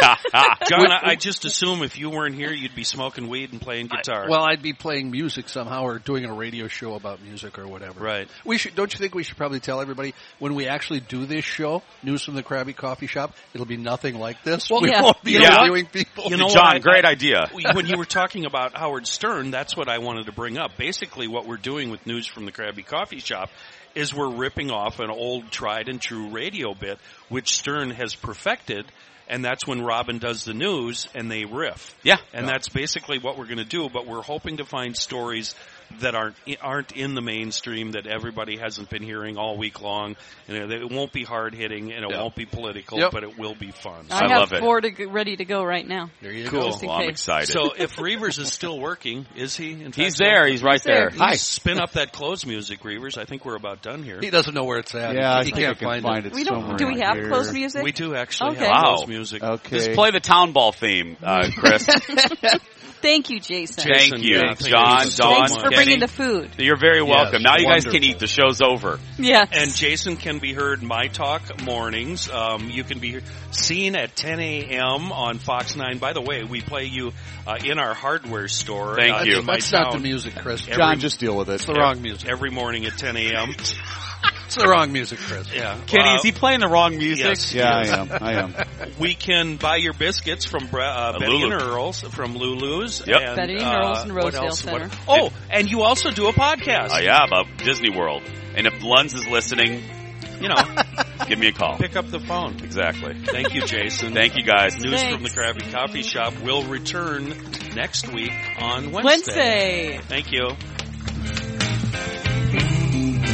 [SPEAKER 4] John, I, I just assume if you weren't here, you'd be smoking weed and playing guitar.
[SPEAKER 1] Well, I'd be playing music somehow or doing a radio show about music or whatever.
[SPEAKER 4] Right.
[SPEAKER 1] We should, don't you think we should probably tell everybody when we actually do this show, News from the Krabby Coffee Shop, it'll be nothing like this. we
[SPEAKER 5] yeah.
[SPEAKER 1] won't be
[SPEAKER 2] You know what?
[SPEAKER 1] interviewing people.
[SPEAKER 4] You know what?
[SPEAKER 2] John,
[SPEAKER 4] I-
[SPEAKER 2] great idea.
[SPEAKER 4] <laughs> when you were talking about Howard Stern, that's what I wanted to bring up. Basically, what we're doing with news from the Krabby Coffee Shop is we're ripping off an old tried and true radio bit, which Stern has perfected, and that's when Robin does the news and they riff.
[SPEAKER 2] Yeah.
[SPEAKER 4] And that's basically what we're going to do, but we're hoping to find stories that aren't aren't in the mainstream that everybody hasn't been hearing all week long. You know, it won't be hard hitting and it
[SPEAKER 1] Yeah.
[SPEAKER 4] won't be political,
[SPEAKER 1] Yep.
[SPEAKER 4] but it will be fun.
[SPEAKER 2] I
[SPEAKER 5] have
[SPEAKER 2] love it.
[SPEAKER 5] four to, go- ready to go right now.
[SPEAKER 1] There you
[SPEAKER 4] Cool.
[SPEAKER 1] go.
[SPEAKER 5] in
[SPEAKER 2] Well, I'm
[SPEAKER 5] case.
[SPEAKER 2] excited.
[SPEAKER 4] So if Reavers is still working, is he? In fact,
[SPEAKER 2] he's
[SPEAKER 4] still-
[SPEAKER 2] there. He's right there.
[SPEAKER 4] Please Spin up that close music, Reavers. I think we're about done here.
[SPEAKER 1] He doesn't know where it's at.
[SPEAKER 6] Yeah, I
[SPEAKER 1] he
[SPEAKER 6] think
[SPEAKER 1] can't
[SPEAKER 6] I can
[SPEAKER 1] find,
[SPEAKER 6] find
[SPEAKER 1] it.
[SPEAKER 6] it.
[SPEAKER 5] We don't. Do we have
[SPEAKER 6] somewhere
[SPEAKER 5] closed
[SPEAKER 6] here.
[SPEAKER 5] music?
[SPEAKER 4] We do actually
[SPEAKER 5] Okay.
[SPEAKER 4] have
[SPEAKER 2] Wow. Uh,
[SPEAKER 4] close music.
[SPEAKER 6] Okay.
[SPEAKER 2] Just play the town ball theme,
[SPEAKER 5] <laughs>
[SPEAKER 2] uh, Chris.
[SPEAKER 5] Thank you, Jason.
[SPEAKER 2] Thank
[SPEAKER 4] Jason,
[SPEAKER 2] you,
[SPEAKER 4] yeah, thank
[SPEAKER 2] John,
[SPEAKER 4] you so
[SPEAKER 2] Don,
[SPEAKER 5] Thanks for
[SPEAKER 2] Kenny.
[SPEAKER 5] bringing the food.
[SPEAKER 2] You're very welcome. now you guys can
[SPEAKER 1] wonderful.
[SPEAKER 2] eat. The show's over.
[SPEAKER 5] Yes.
[SPEAKER 4] And Jason can be heard my talk mornings. Um, you can be seen at 10 a.m. on Fox 9. By the way, we play you uh, in our hardware store.
[SPEAKER 2] Thank
[SPEAKER 4] uh,
[SPEAKER 2] you.
[SPEAKER 4] in my
[SPEAKER 1] That's not the
[SPEAKER 4] town
[SPEAKER 1] music, Chris.
[SPEAKER 4] Every-
[SPEAKER 6] John, just deal with it.
[SPEAKER 1] It's the wrong music.
[SPEAKER 4] Every morning at 10 a.m.
[SPEAKER 1] It's the wrong music, Chris.
[SPEAKER 4] yeah,
[SPEAKER 2] Kenny,
[SPEAKER 4] Uh,
[SPEAKER 2] is he playing the wrong music?
[SPEAKER 4] yes.
[SPEAKER 6] Yeah, I am. I am.
[SPEAKER 4] We can buy your biscuits from Bre- uh, Betty
[SPEAKER 2] Lulu.
[SPEAKER 4] and Earl's, from Lulu's.
[SPEAKER 2] Yep.
[SPEAKER 4] And,
[SPEAKER 5] Betty and
[SPEAKER 4] uh,
[SPEAKER 5] Earl's in
[SPEAKER 4] what
[SPEAKER 5] Rosedale
[SPEAKER 4] else?
[SPEAKER 5] Center.
[SPEAKER 4] What- oh, and you also do a podcast.
[SPEAKER 2] Oh, yeah, about Disney World. And if Lunds is listening,
[SPEAKER 4] You <laughs> know,
[SPEAKER 2] give me a call.
[SPEAKER 4] pick up the phone.
[SPEAKER 2] Exactly.
[SPEAKER 4] Thank you, Jason.
[SPEAKER 2] Thank you guys.
[SPEAKER 4] News from the
[SPEAKER 5] Thanks.
[SPEAKER 4] Krabby Coffee Shop will return next week on Wednesday.
[SPEAKER 5] Wednesday.
[SPEAKER 4] Thank you.